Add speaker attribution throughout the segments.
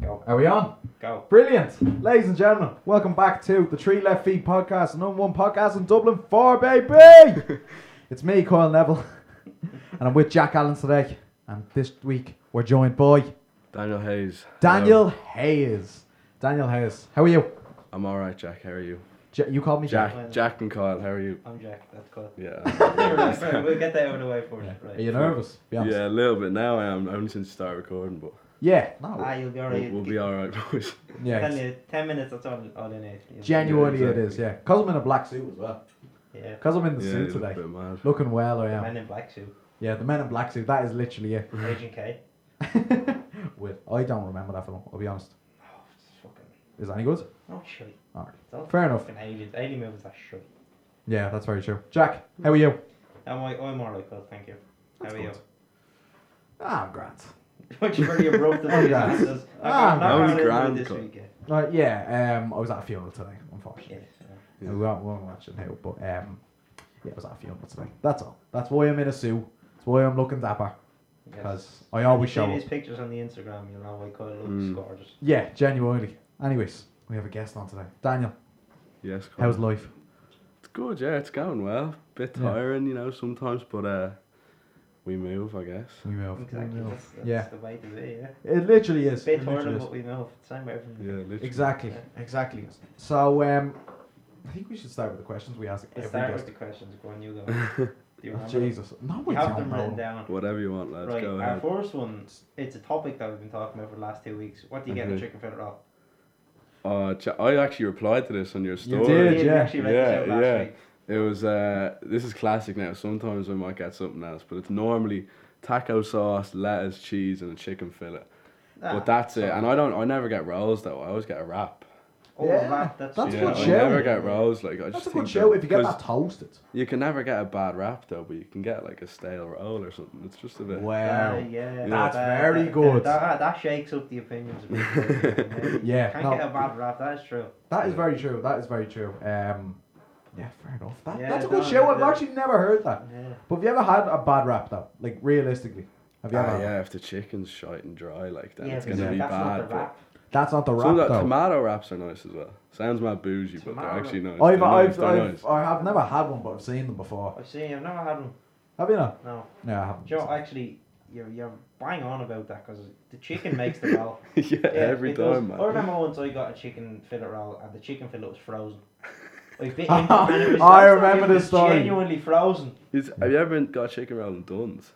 Speaker 1: Go.
Speaker 2: Are we on?
Speaker 1: Go.
Speaker 2: Brilliant. Ladies and gentlemen, welcome back to the Three Left Feet podcast, the number one podcast in Dublin 4, baby. it's me, Coyle Neville, and I'm with Jack Allen today. And this week, we're joined by
Speaker 3: Daniel Hayes.
Speaker 2: Daniel
Speaker 3: Hello.
Speaker 2: Hayes. Daniel Hayes, how are you?
Speaker 3: I'm all right, Jack. How are you?
Speaker 2: J- you called me Jack.
Speaker 3: Jack. Jack and Kyle. How are you?
Speaker 1: I'm Jack. That's cool.
Speaker 3: Yeah.
Speaker 1: Sorry, sorry, we'll get that out of the way first.
Speaker 2: Are
Speaker 1: Right.
Speaker 2: you nervous? Be honest.
Speaker 3: yeah, a little bit now. I am only since you started recording, but
Speaker 2: Yeah.
Speaker 1: Ah,
Speaker 2: No.
Speaker 1: you'll be
Speaker 3: we'll,
Speaker 1: alright.
Speaker 3: we'll be all right, boys.
Speaker 2: Yeah.
Speaker 1: Tell
Speaker 2: it's-
Speaker 1: you, ten minutes. That's all. All in it. You'll-
Speaker 2: Genuinely,
Speaker 3: Yeah,
Speaker 2: it is. Yeah. Because I'm in a black suit as well.
Speaker 1: Yeah.
Speaker 2: Because I'm in the
Speaker 3: yeah,
Speaker 2: suit
Speaker 3: you look
Speaker 2: today.
Speaker 3: a bit mad.
Speaker 2: Looking well, I am.
Speaker 1: Men in black suit.
Speaker 2: Yeah, the men in black suit. That is literally it.
Speaker 1: Agent K.
Speaker 2: With I don't remember that film. I'll be honest.
Speaker 1: Oh, it's fucking.
Speaker 2: Is that any good?
Speaker 1: No shit.
Speaker 2: Alright.
Speaker 1: It's all
Speaker 2: Fair enough.
Speaker 1: fucking aliens. Alien movies are shit.
Speaker 2: Yeah, that's very true. Jack, how are you?
Speaker 1: I'm like, I'm alright, cool. Thank you. How are you?
Speaker 2: Ah, I'm grand.
Speaker 1: Which very abrupt
Speaker 2: Oh,
Speaker 1: decision
Speaker 2: God.
Speaker 1: this is.
Speaker 2: Ah,
Speaker 1: I've got
Speaker 2: that
Speaker 3: was
Speaker 1: nothing to do
Speaker 3: grand,
Speaker 1: this
Speaker 3: cool.
Speaker 1: week. yeah.
Speaker 2: Uh, yeah, um, I was at a funeral today, unfortunately.
Speaker 1: Yeah, so.
Speaker 3: Yeah.
Speaker 2: We won't, we won't mention who, but um, yeah, I was at a funeral today. That's all. That's why I'm in a suit. That's why I'm looking dapper.
Speaker 1: Yes.
Speaker 2: Because I
Speaker 1: When you
Speaker 2: always
Speaker 1: see
Speaker 2: show up.
Speaker 1: these pictures on the Instagram, you'll know I could look
Speaker 3: Mm.
Speaker 1: gorgeous.
Speaker 2: Yeah, genuinely. Anyways, we have a guest on today. Daniel,
Speaker 3: Yes. Kyle.
Speaker 2: how's life?
Speaker 3: It's good. Yeah, it's going well. Bit
Speaker 2: Yeah.
Speaker 3: tiring, you know, sometimes, but uh, we move, I guess.
Speaker 2: We move.
Speaker 1: Exactly.
Speaker 2: We move.
Speaker 1: That's, that's
Speaker 2: Yeah.
Speaker 1: the way to be, yeah.
Speaker 2: It literally is.
Speaker 1: Bit
Speaker 2: it
Speaker 1: harder
Speaker 2: literally
Speaker 1: than
Speaker 2: is.
Speaker 1: what we know. Same way from
Speaker 3: Yeah, literally.
Speaker 2: Exactly,
Speaker 1: Yeah.
Speaker 2: exactly. So, um, I think we should start with the questions we ask
Speaker 1: Let's
Speaker 2: every
Speaker 1: start with
Speaker 2: guest.
Speaker 1: the questions. Go on, you go. Do you
Speaker 2: Oh,
Speaker 1: remember? them?
Speaker 2: Jesus, no,
Speaker 1: You
Speaker 2: we
Speaker 1: have
Speaker 2: don't
Speaker 1: them written
Speaker 2: know.
Speaker 1: down.
Speaker 3: Whatever you want, lads.
Speaker 1: right,
Speaker 3: Go
Speaker 1: our
Speaker 3: ahead.
Speaker 1: first one, it's a topic that we've been talking about for the last two weeks. What do you get in a
Speaker 3: Okay.
Speaker 1: chicken fillet roll?
Speaker 3: Uh, Ch- I actually replied to this on your story.
Speaker 2: did.
Speaker 1: We
Speaker 2: yeah.
Speaker 1: actually read this out
Speaker 3: Yeah,
Speaker 1: last
Speaker 3: yeah.
Speaker 1: week.
Speaker 3: It was uh this is classic now. Sometimes I might get something else, but it's normally taco sauce, lettuce, cheese, and a chicken fillet.
Speaker 1: Ah,
Speaker 3: but that's it.
Speaker 1: so-
Speaker 3: And I don't I never get rolls though. I always get a wrap.
Speaker 1: Oh,
Speaker 2: Yeah,
Speaker 1: that- that's,
Speaker 2: that's a
Speaker 3: yeah,
Speaker 2: good
Speaker 3: I
Speaker 2: show.
Speaker 3: never get rolls. Like I just
Speaker 2: That's a
Speaker 3: think
Speaker 2: good show
Speaker 3: that-
Speaker 2: if you get
Speaker 3: 'cause
Speaker 2: that toasted.
Speaker 3: You can never get a bad wrap though, but you can get like a stale roll or something. It's just a bit
Speaker 2: Wow.
Speaker 1: Ah, yeah,
Speaker 2: That's
Speaker 1: that-
Speaker 2: very
Speaker 1: that-
Speaker 2: good.
Speaker 1: That, that, that shakes up the opinions. Of people.
Speaker 2: Yeah,
Speaker 1: Can't
Speaker 2: no.
Speaker 1: get a bad rap. That is true.
Speaker 2: That is very true. That is very true. Um, yeah, fair enough. That,
Speaker 1: Yeah,
Speaker 2: that's a good
Speaker 1: no,
Speaker 2: show. I've
Speaker 1: yeah.
Speaker 2: actually never heard that.
Speaker 1: Yeah.
Speaker 2: But have you ever had a bad rap though? Like realistically, have you ever?
Speaker 3: Ah,
Speaker 2: had-
Speaker 3: yeah, if the chicken's shite and dry like that,
Speaker 1: yeah,
Speaker 3: it's
Speaker 1: but
Speaker 3: gonna
Speaker 1: that's
Speaker 3: be
Speaker 1: not
Speaker 3: bad.
Speaker 1: the rap.
Speaker 2: That's not the
Speaker 3: but
Speaker 2: rap
Speaker 3: some of that
Speaker 2: though.
Speaker 3: tomato wraps are nice as well. Sounds mad bougie, but they're
Speaker 1: Tomato-
Speaker 3: actually nice.
Speaker 2: I've,
Speaker 3: They're nice,
Speaker 2: I've,
Speaker 3: they're
Speaker 2: I've,
Speaker 3: nice.
Speaker 2: I've never had one, but I've seen them before.
Speaker 1: I've seen. I've never had one.
Speaker 2: Have you not?
Speaker 1: No.
Speaker 2: No, I haven't.
Speaker 1: Joe, actually, you're you're bang on about that because the chicken makes the roll.
Speaker 3: yeah, every
Speaker 1: it does.
Speaker 3: time, man.
Speaker 1: I remember once I got a chicken fillet roll and the chicken fillet was frozen. I bit into it and it was-
Speaker 2: I remember
Speaker 1: it was
Speaker 2: this story.
Speaker 1: Genuinely frozen.
Speaker 3: Is, have you ever been- got chicken roll in Dunn's?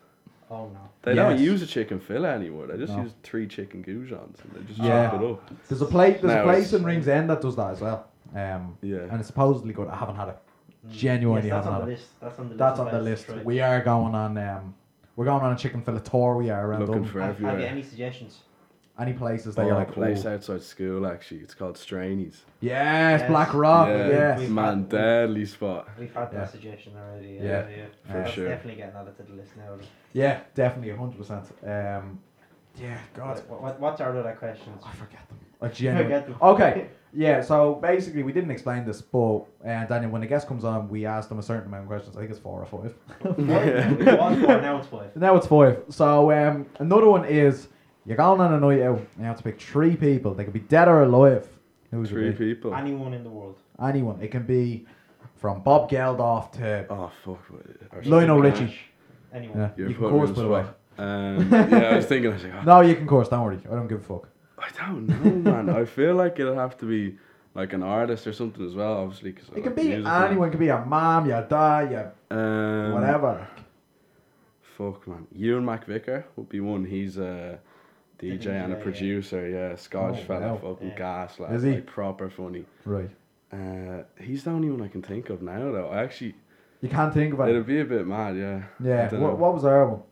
Speaker 1: Oh no.
Speaker 3: They
Speaker 2: Yes.
Speaker 3: don't use a chicken fillet anymore. They just
Speaker 2: No.
Speaker 3: use three chicken goujons and they just
Speaker 2: Yeah.
Speaker 3: chop it up.
Speaker 2: There's a place. There's a
Speaker 3: No,
Speaker 2: place
Speaker 3: it's-
Speaker 2: in Rings End that does that as well. Um,
Speaker 3: Yeah.
Speaker 2: and it's supposedly good. I haven't had it.
Speaker 1: Mm.
Speaker 2: Genuinely
Speaker 1: Yes, that's
Speaker 2: haven't
Speaker 1: on the
Speaker 2: had it.
Speaker 1: list. That's on the list.
Speaker 2: That's
Speaker 1: of
Speaker 2: on the
Speaker 1: places
Speaker 2: list.
Speaker 1: to try.
Speaker 2: We are going on. Um, we're going on a chicken fillet tour. We are around
Speaker 3: Looking
Speaker 2: Dublin.
Speaker 3: for
Speaker 1: have, have you
Speaker 3: everywhere.
Speaker 1: any suggestions?
Speaker 2: any places that
Speaker 3: They
Speaker 2: you're
Speaker 3: got a
Speaker 2: like,
Speaker 3: place eh?
Speaker 2: "Ooh."
Speaker 3: outside school actually. It's called Straney's.
Speaker 2: yes,
Speaker 1: Yes.
Speaker 2: Black Rock,
Speaker 3: yeah,
Speaker 2: Oh, yes.
Speaker 1: We've
Speaker 3: man,
Speaker 1: had-
Speaker 3: deadly spot.
Speaker 1: We've had
Speaker 2: Yeah.
Speaker 1: that suggestion already. Yeah,
Speaker 2: Yeah,
Speaker 1: yeah.
Speaker 2: for
Speaker 1: That's
Speaker 3: sure.
Speaker 1: Definitely getting added to the list now.
Speaker 2: yeah, definitely, hundred percent. Um, yeah, God,
Speaker 1: What, what, what's our other questions?
Speaker 2: I forget them. I genuinely.
Speaker 1: Forget them.
Speaker 2: Okay, yeah. So basically, we didn't explain this, but uh, Daniel, when a guest comes on, we ask them a certain amount of questions. I think it's four or five.
Speaker 1: Yeah. It was four, now it's five.
Speaker 2: Now it's five. So um, another one is you're going on a night out. and You have to pick three people. They could be dead or alive. Who's
Speaker 3: Three
Speaker 2: it be?
Speaker 3: people.
Speaker 1: Anyone in the world.
Speaker 2: Anyone. It can be from Bob Geldof to
Speaker 3: Oh fuck. what- or
Speaker 2: Lionel
Speaker 3: something.
Speaker 2: Richie.
Speaker 1: Anyone.
Speaker 2: yeah.
Speaker 3: You're
Speaker 2: You can
Speaker 3: putting me
Speaker 2: course
Speaker 3: on
Speaker 2: by
Speaker 3: the
Speaker 2: the way.
Speaker 3: spot. Um, yeah, I was thinking. I was like, oh,
Speaker 2: No, you can course. Don't worry. I don't give a fuck.
Speaker 3: I don't know, man. I feel like it'll have to be like an artist or something as well, obviously. Cause I
Speaker 2: It can
Speaker 3: like
Speaker 2: be
Speaker 3: music, man.
Speaker 2: anyone. It can be your mom, your dad, your
Speaker 3: Um,
Speaker 2: whatever.
Speaker 3: Fuck man, Ewan McVicker would be one. He's a
Speaker 1: The
Speaker 3: DJ and a
Speaker 1: DJ, yeah.
Speaker 3: producer. Yeah, Scottish
Speaker 2: Oh,
Speaker 3: fella,
Speaker 2: wow.
Speaker 3: fucking
Speaker 1: Yeah.
Speaker 3: gas lad,
Speaker 2: Is he?
Speaker 3: like proper funny.
Speaker 2: Right.
Speaker 3: Uh, he's the only one I can think of now though. I actually,
Speaker 2: You can't think about
Speaker 3: it'll
Speaker 2: it.
Speaker 3: be a bit mad. Yeah. I
Speaker 2: Yeah.
Speaker 3: dunno.
Speaker 2: What, what was our one?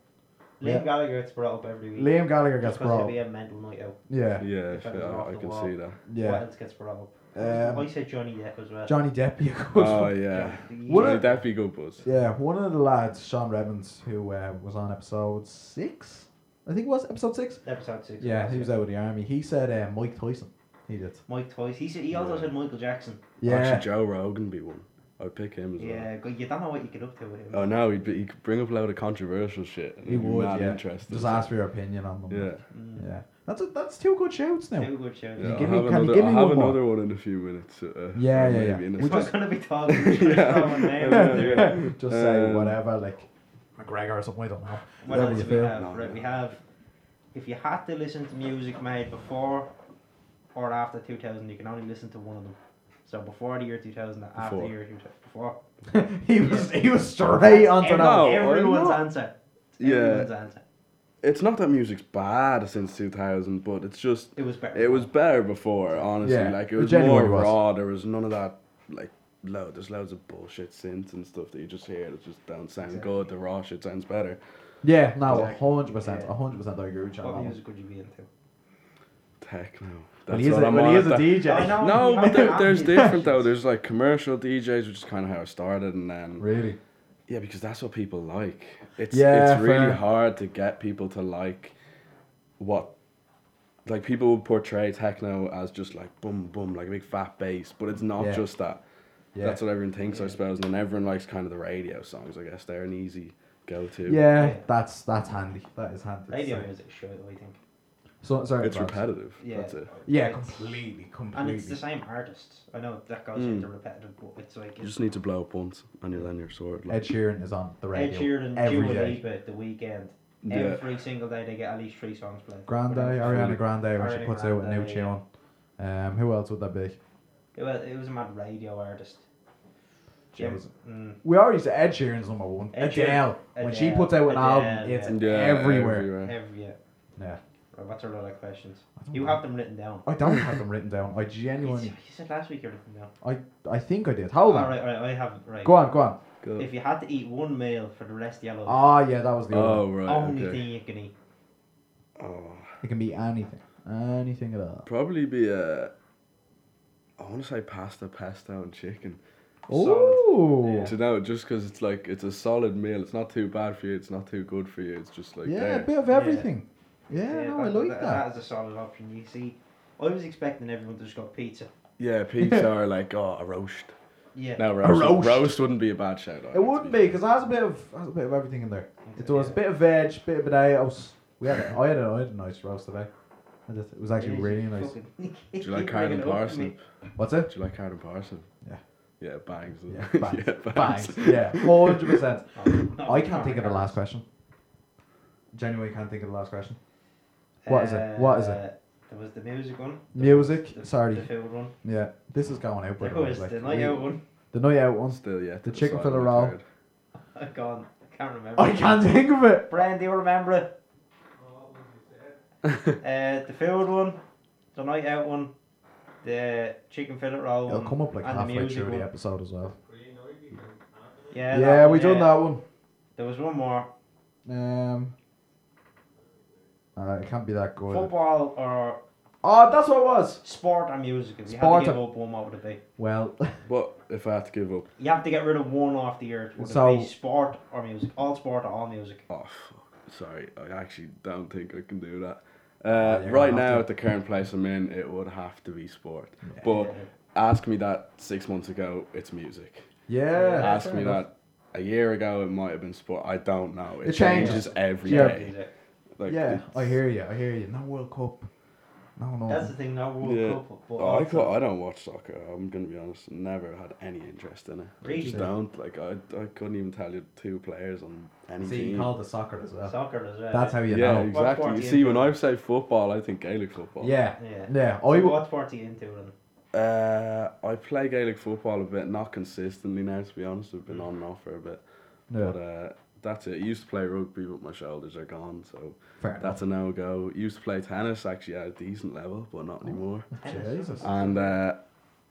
Speaker 1: Liam
Speaker 2: Yeah.
Speaker 1: Gallagher gets brought up every week.
Speaker 2: Liam Gallagher
Speaker 1: Just
Speaker 2: gets
Speaker 1: 'cause it'll
Speaker 2: brought.
Speaker 1: be
Speaker 2: up.
Speaker 1: a mental night out.
Speaker 2: Yeah.
Speaker 3: Yeah,
Speaker 1: If I
Speaker 3: I,
Speaker 1: was off
Speaker 3: I
Speaker 1: the
Speaker 3: can
Speaker 1: wall.
Speaker 3: see that.
Speaker 1: What
Speaker 2: Yeah.
Speaker 1: else gets brought up? I
Speaker 2: Um,
Speaker 1: Oh, said Johnny Depp as well.
Speaker 2: Johnny Depp. You could.
Speaker 3: Oh yeah.
Speaker 2: What
Speaker 3: What
Speaker 2: a-
Speaker 3: would that be good, Buzz?
Speaker 2: Yeah, one of the lads, Sean Revens, who uh, was on episode six, I think it was episode six.
Speaker 1: Episode six.
Speaker 2: Yeah, he was out with the army. He said uh, Mike Tyson. He did.
Speaker 1: Mike Toys. He said he also
Speaker 3: Yeah.
Speaker 1: said Michael Jackson.
Speaker 2: Yeah,
Speaker 3: Actually, Joe Rogan be one. I would pick him as well.
Speaker 1: Yeah, go- you don't know what you get up to with him.
Speaker 3: Oh, now he'd, be, he'd bring up a lot of controversial shit. and
Speaker 2: He
Speaker 3: it'd be
Speaker 2: would,
Speaker 3: mad
Speaker 2: yeah.
Speaker 3: Interesting.
Speaker 2: Just ask for your opinion on them.
Speaker 3: Yeah.
Speaker 1: Mm.
Speaker 2: Yeah. That's a, that's two good shouts now.
Speaker 1: Two good shows.
Speaker 3: Yeah,
Speaker 2: give
Speaker 3: I'll
Speaker 2: me- can
Speaker 3: have
Speaker 2: you
Speaker 3: another,
Speaker 2: give
Speaker 3: I'll
Speaker 2: me
Speaker 3: have
Speaker 2: one more?
Speaker 3: another one in a few minutes. Uh,
Speaker 2: Yeah, yeah,
Speaker 3: maybe
Speaker 2: yeah.
Speaker 3: in a
Speaker 2: We
Speaker 1: We're
Speaker 3: sec-
Speaker 1: just gonna be talking.
Speaker 3: Yeah.
Speaker 1: throwing names out there.
Speaker 3: Yeah.
Speaker 2: Just say
Speaker 3: Um,
Speaker 2: whatever, like McGregor or something. I don't know.
Speaker 1: What
Speaker 2: Whatever
Speaker 1: else
Speaker 2: you
Speaker 1: do we
Speaker 2: feel.
Speaker 1: have?
Speaker 3: No,
Speaker 1: right,
Speaker 3: no.
Speaker 1: we have. If you had to listen to music made before or after 2000, you can only listen to one of them. So before the year 2000, and after the
Speaker 3: Before.
Speaker 1: year 2000, before.
Speaker 2: he was he was straight onto
Speaker 1: Every-
Speaker 2: that.
Speaker 3: No, I'm
Speaker 1: everyone's
Speaker 3: not.
Speaker 1: answer.
Speaker 3: Yeah.
Speaker 1: Everyone's answer.
Speaker 3: It's not that music's bad since 2000, but it's just
Speaker 1: It was better.
Speaker 3: It was better before, honestly.
Speaker 2: Yeah,
Speaker 3: like it
Speaker 2: it
Speaker 3: was more
Speaker 2: genuinely was.
Speaker 3: raw. There was none of that like loud. There's loads of bullshit synths and stuff that you just hear that just don't sound
Speaker 1: Exactly.
Speaker 3: good. The raw shit sounds better.
Speaker 2: Yeah, no,
Speaker 3: Exactly.
Speaker 2: hundred percent,
Speaker 1: Yeah.
Speaker 2: hundred percent. I agree with you on
Speaker 1: What
Speaker 2: that one.
Speaker 1: music would you be into?
Speaker 3: Techno.
Speaker 2: Well,
Speaker 3: That's
Speaker 2: he is
Speaker 3: what
Speaker 2: a,
Speaker 3: I'm
Speaker 2: well,
Speaker 3: on
Speaker 2: he is a
Speaker 3: at the-
Speaker 2: DJ.
Speaker 1: I know.
Speaker 3: No,
Speaker 1: No,
Speaker 3: but there,
Speaker 1: no,
Speaker 3: there's
Speaker 1: no.
Speaker 3: different though. There's like commercial DJs, which is kind of how I started, and then
Speaker 2: Really?
Speaker 3: yeah, because that's what people like. It's
Speaker 2: Yeah,
Speaker 3: it's really
Speaker 2: fair.
Speaker 3: hard to get people to like what like people would portray techno as just like boom boom like a big fat bass, but it's not
Speaker 2: Yeah.
Speaker 3: just that.
Speaker 2: Yeah.
Speaker 3: That's what everyone thinks, I
Speaker 1: Yeah.
Speaker 3: suppose. And then everyone likes kind of the radio songs, I guess. They're an easy go to.
Speaker 2: yeah, that's that's handy. That is handy.
Speaker 1: Radio music, sure, I think.
Speaker 2: So, sorry,
Speaker 3: It's
Speaker 2: Ross.
Speaker 3: repetitive.
Speaker 1: Yeah.
Speaker 3: That's it.
Speaker 2: Yeah,
Speaker 1: It's-
Speaker 2: completely,
Speaker 1: And it's the
Speaker 2: completely.
Speaker 1: same artists. I know that goes
Speaker 3: Mm.
Speaker 1: into repetitive, but it's like
Speaker 3: You
Speaker 1: it's
Speaker 3: just need to blow up once and you're then you're sorted.
Speaker 2: Ed
Speaker 3: Like,
Speaker 2: Sheeran is on the
Speaker 1: Ed
Speaker 2: radio
Speaker 1: Sheeran,
Speaker 2: every
Speaker 1: Dua
Speaker 2: day.
Speaker 1: Lipa, The Weekend.
Speaker 3: yeah.
Speaker 1: Every single day they get at least three songs played.
Speaker 2: Grande,
Speaker 1: Whatever.
Speaker 2: Ariana Grande, when she
Speaker 1: Ariana
Speaker 2: puts out a new
Speaker 1: Grande,
Speaker 2: tune. Um, who else would that be?
Speaker 1: It was, it was a mad radio artist. Jim-
Speaker 2: Jesus.
Speaker 1: mm,
Speaker 2: We already said Ed Sheeran's number one.
Speaker 1: Ed Sheeran-
Speaker 2: Adele. When she
Speaker 1: Adele,
Speaker 2: puts out an
Speaker 1: Adele,
Speaker 2: album, it's
Speaker 3: Yeah,
Speaker 2: everywhere.
Speaker 1: every year.
Speaker 2: Yeah.
Speaker 1: Right, what's our other questions?
Speaker 2: I don't
Speaker 1: You
Speaker 2: know.
Speaker 1: have them written down.
Speaker 2: I don't have them written down. I
Speaker 1: You,
Speaker 2: genuinely,
Speaker 1: you said last week you wrote them down.
Speaker 2: I think I did. Hold on.
Speaker 1: Alright, alright, I have right.
Speaker 2: Go on, go on.
Speaker 3: Go.
Speaker 1: If you had to eat one meal for the rest of your life,
Speaker 2: Ah, yeah, that was the other.
Speaker 3: Oh, right.
Speaker 1: only
Speaker 3: okay.
Speaker 1: thing you can eat.
Speaker 3: Oh,
Speaker 2: It can be anything, anything at all.
Speaker 3: probably be a. I want to say pasta, pesto, and chicken.
Speaker 2: Oh,
Speaker 1: Yeah.
Speaker 3: To know, just because it's like it's a solid meal. It's not too bad for you. It's not too good for you. It's just like
Speaker 2: yeah, a
Speaker 3: there.
Speaker 2: bit of
Speaker 1: Yeah.
Speaker 2: everything. Yeah, no, I like that.
Speaker 1: That is a solid option. You see, I was expecting everyone to just go pizza.
Speaker 3: Yeah, pizza are like oh a roast.
Speaker 1: Yeah.
Speaker 3: No roast.
Speaker 2: roast.
Speaker 3: roast wouldn't be a bad shout out.
Speaker 2: It wouldn't be because has a bit of has a bit of everything in there. It
Speaker 1: Yeah.
Speaker 2: was a bit of veg, bit of potatoes. We had a, I had a, I had a nice roast today. I did- It was actually
Speaker 1: Jeez,
Speaker 2: really
Speaker 1: you
Speaker 2: nice.
Speaker 1: fucking-
Speaker 3: Do you like
Speaker 1: bringing
Speaker 3: cardamom
Speaker 1: it up to
Speaker 3: parson?
Speaker 1: me.
Speaker 2: What's it?
Speaker 3: Do you like Karen Parson?
Speaker 2: Yeah.
Speaker 3: Yeah, bangs.
Speaker 2: Yeah, bangs. Bangs. Yeah, hundred percent.
Speaker 1: Oh, no,
Speaker 2: I can't think of the
Speaker 1: cardamom
Speaker 2: last question. Genuinely can't think of the last question. What is it? What is it?
Speaker 1: Uh, There was the music one. the-
Speaker 2: Music.
Speaker 1: the-
Speaker 2: Sorry.
Speaker 1: The food one.
Speaker 2: Yeah, this is going out. by
Speaker 1: There
Speaker 2: the way,
Speaker 1: was
Speaker 2: like,
Speaker 1: the night
Speaker 2: we-
Speaker 1: out one.
Speaker 2: The night out ones.
Speaker 3: Still, yeah.
Speaker 2: The chicken fillet roll.
Speaker 1: I can't. I can't remember.
Speaker 2: I can't think of it.
Speaker 1: Brian, do you remember it? Uh, the food one, the night out one, the chicken fillet roll
Speaker 2: It'll
Speaker 1: one,
Speaker 2: come up like
Speaker 1: and the
Speaker 2: halfway
Speaker 1: music
Speaker 2: through
Speaker 1: one.
Speaker 2: the episode as well.
Speaker 1: Yeah.
Speaker 2: Yeah,
Speaker 1: that one,
Speaker 2: we done
Speaker 1: yeah.
Speaker 2: that one.
Speaker 1: There was one more.
Speaker 2: Um, uh, it can't be that good.
Speaker 1: Football or
Speaker 2: Oh, that's what it was.
Speaker 1: sport and music. If you
Speaker 2: Sport
Speaker 1: had to give
Speaker 2: and-
Speaker 1: up one, what would it be?
Speaker 2: Well,
Speaker 3: But if I had to give up,
Speaker 1: You have to get rid of one off the earth. Would
Speaker 2: So-
Speaker 1: it be sport or music? All sport or all music?
Speaker 3: oh, fuck, sorry, I actually don't think I can do that.
Speaker 2: you're
Speaker 3: Uh,
Speaker 2: gonna
Speaker 3: right
Speaker 2: have
Speaker 3: now,
Speaker 2: to.
Speaker 3: at the current place I'm in, it would have to be sport.
Speaker 2: Yeah.
Speaker 3: But ask me that six months ago, it's music.
Speaker 2: yeah.
Speaker 1: Yeah,
Speaker 3: ask
Speaker 2: fair
Speaker 3: me
Speaker 2: enough.
Speaker 3: that a year ago, it might have been sport. I don't know. It,
Speaker 2: It changes.
Speaker 3: changes every day.
Speaker 2: Yeah.
Speaker 3: Like,
Speaker 2: yeah,
Speaker 3: it's-
Speaker 2: I hear you. I hear you. No World Cup. No, no.
Speaker 1: That's the thing. No World
Speaker 3: Yeah.
Speaker 1: Cup football.
Speaker 3: Oh, I, thought, I don't watch soccer. I'm gonna be honest. Never had any interest in it. I
Speaker 1: Really?
Speaker 3: just don't. Like I, I couldn't even tell you two players on any
Speaker 2: See, you
Speaker 3: team.
Speaker 2: called the soccer as well.
Speaker 1: Soccer as well.
Speaker 2: That's how you
Speaker 3: yeah,
Speaker 2: know.
Speaker 1: What sport
Speaker 3: exactly. You
Speaker 1: do you
Speaker 3: see, when
Speaker 1: enjoy?
Speaker 3: I say football, I think Gaelic football.
Speaker 2: Yeah,
Speaker 1: Yeah.
Speaker 2: yeah. I
Speaker 1: So
Speaker 2: w-
Speaker 1: what sport are you into then?
Speaker 3: Uh, I play Gaelic football a bit, not consistently now. To be honest, I've been on and off for a bit.
Speaker 2: yeah,
Speaker 3: But uh, that's it. I used to play rugby, but my shoulders are gone, so
Speaker 2: fair enough.
Speaker 3: that's a no go. Used to play tennis actually at a decent level, but
Speaker 2: Oh.
Speaker 3: not anymore.
Speaker 2: Jesus.
Speaker 3: And uh,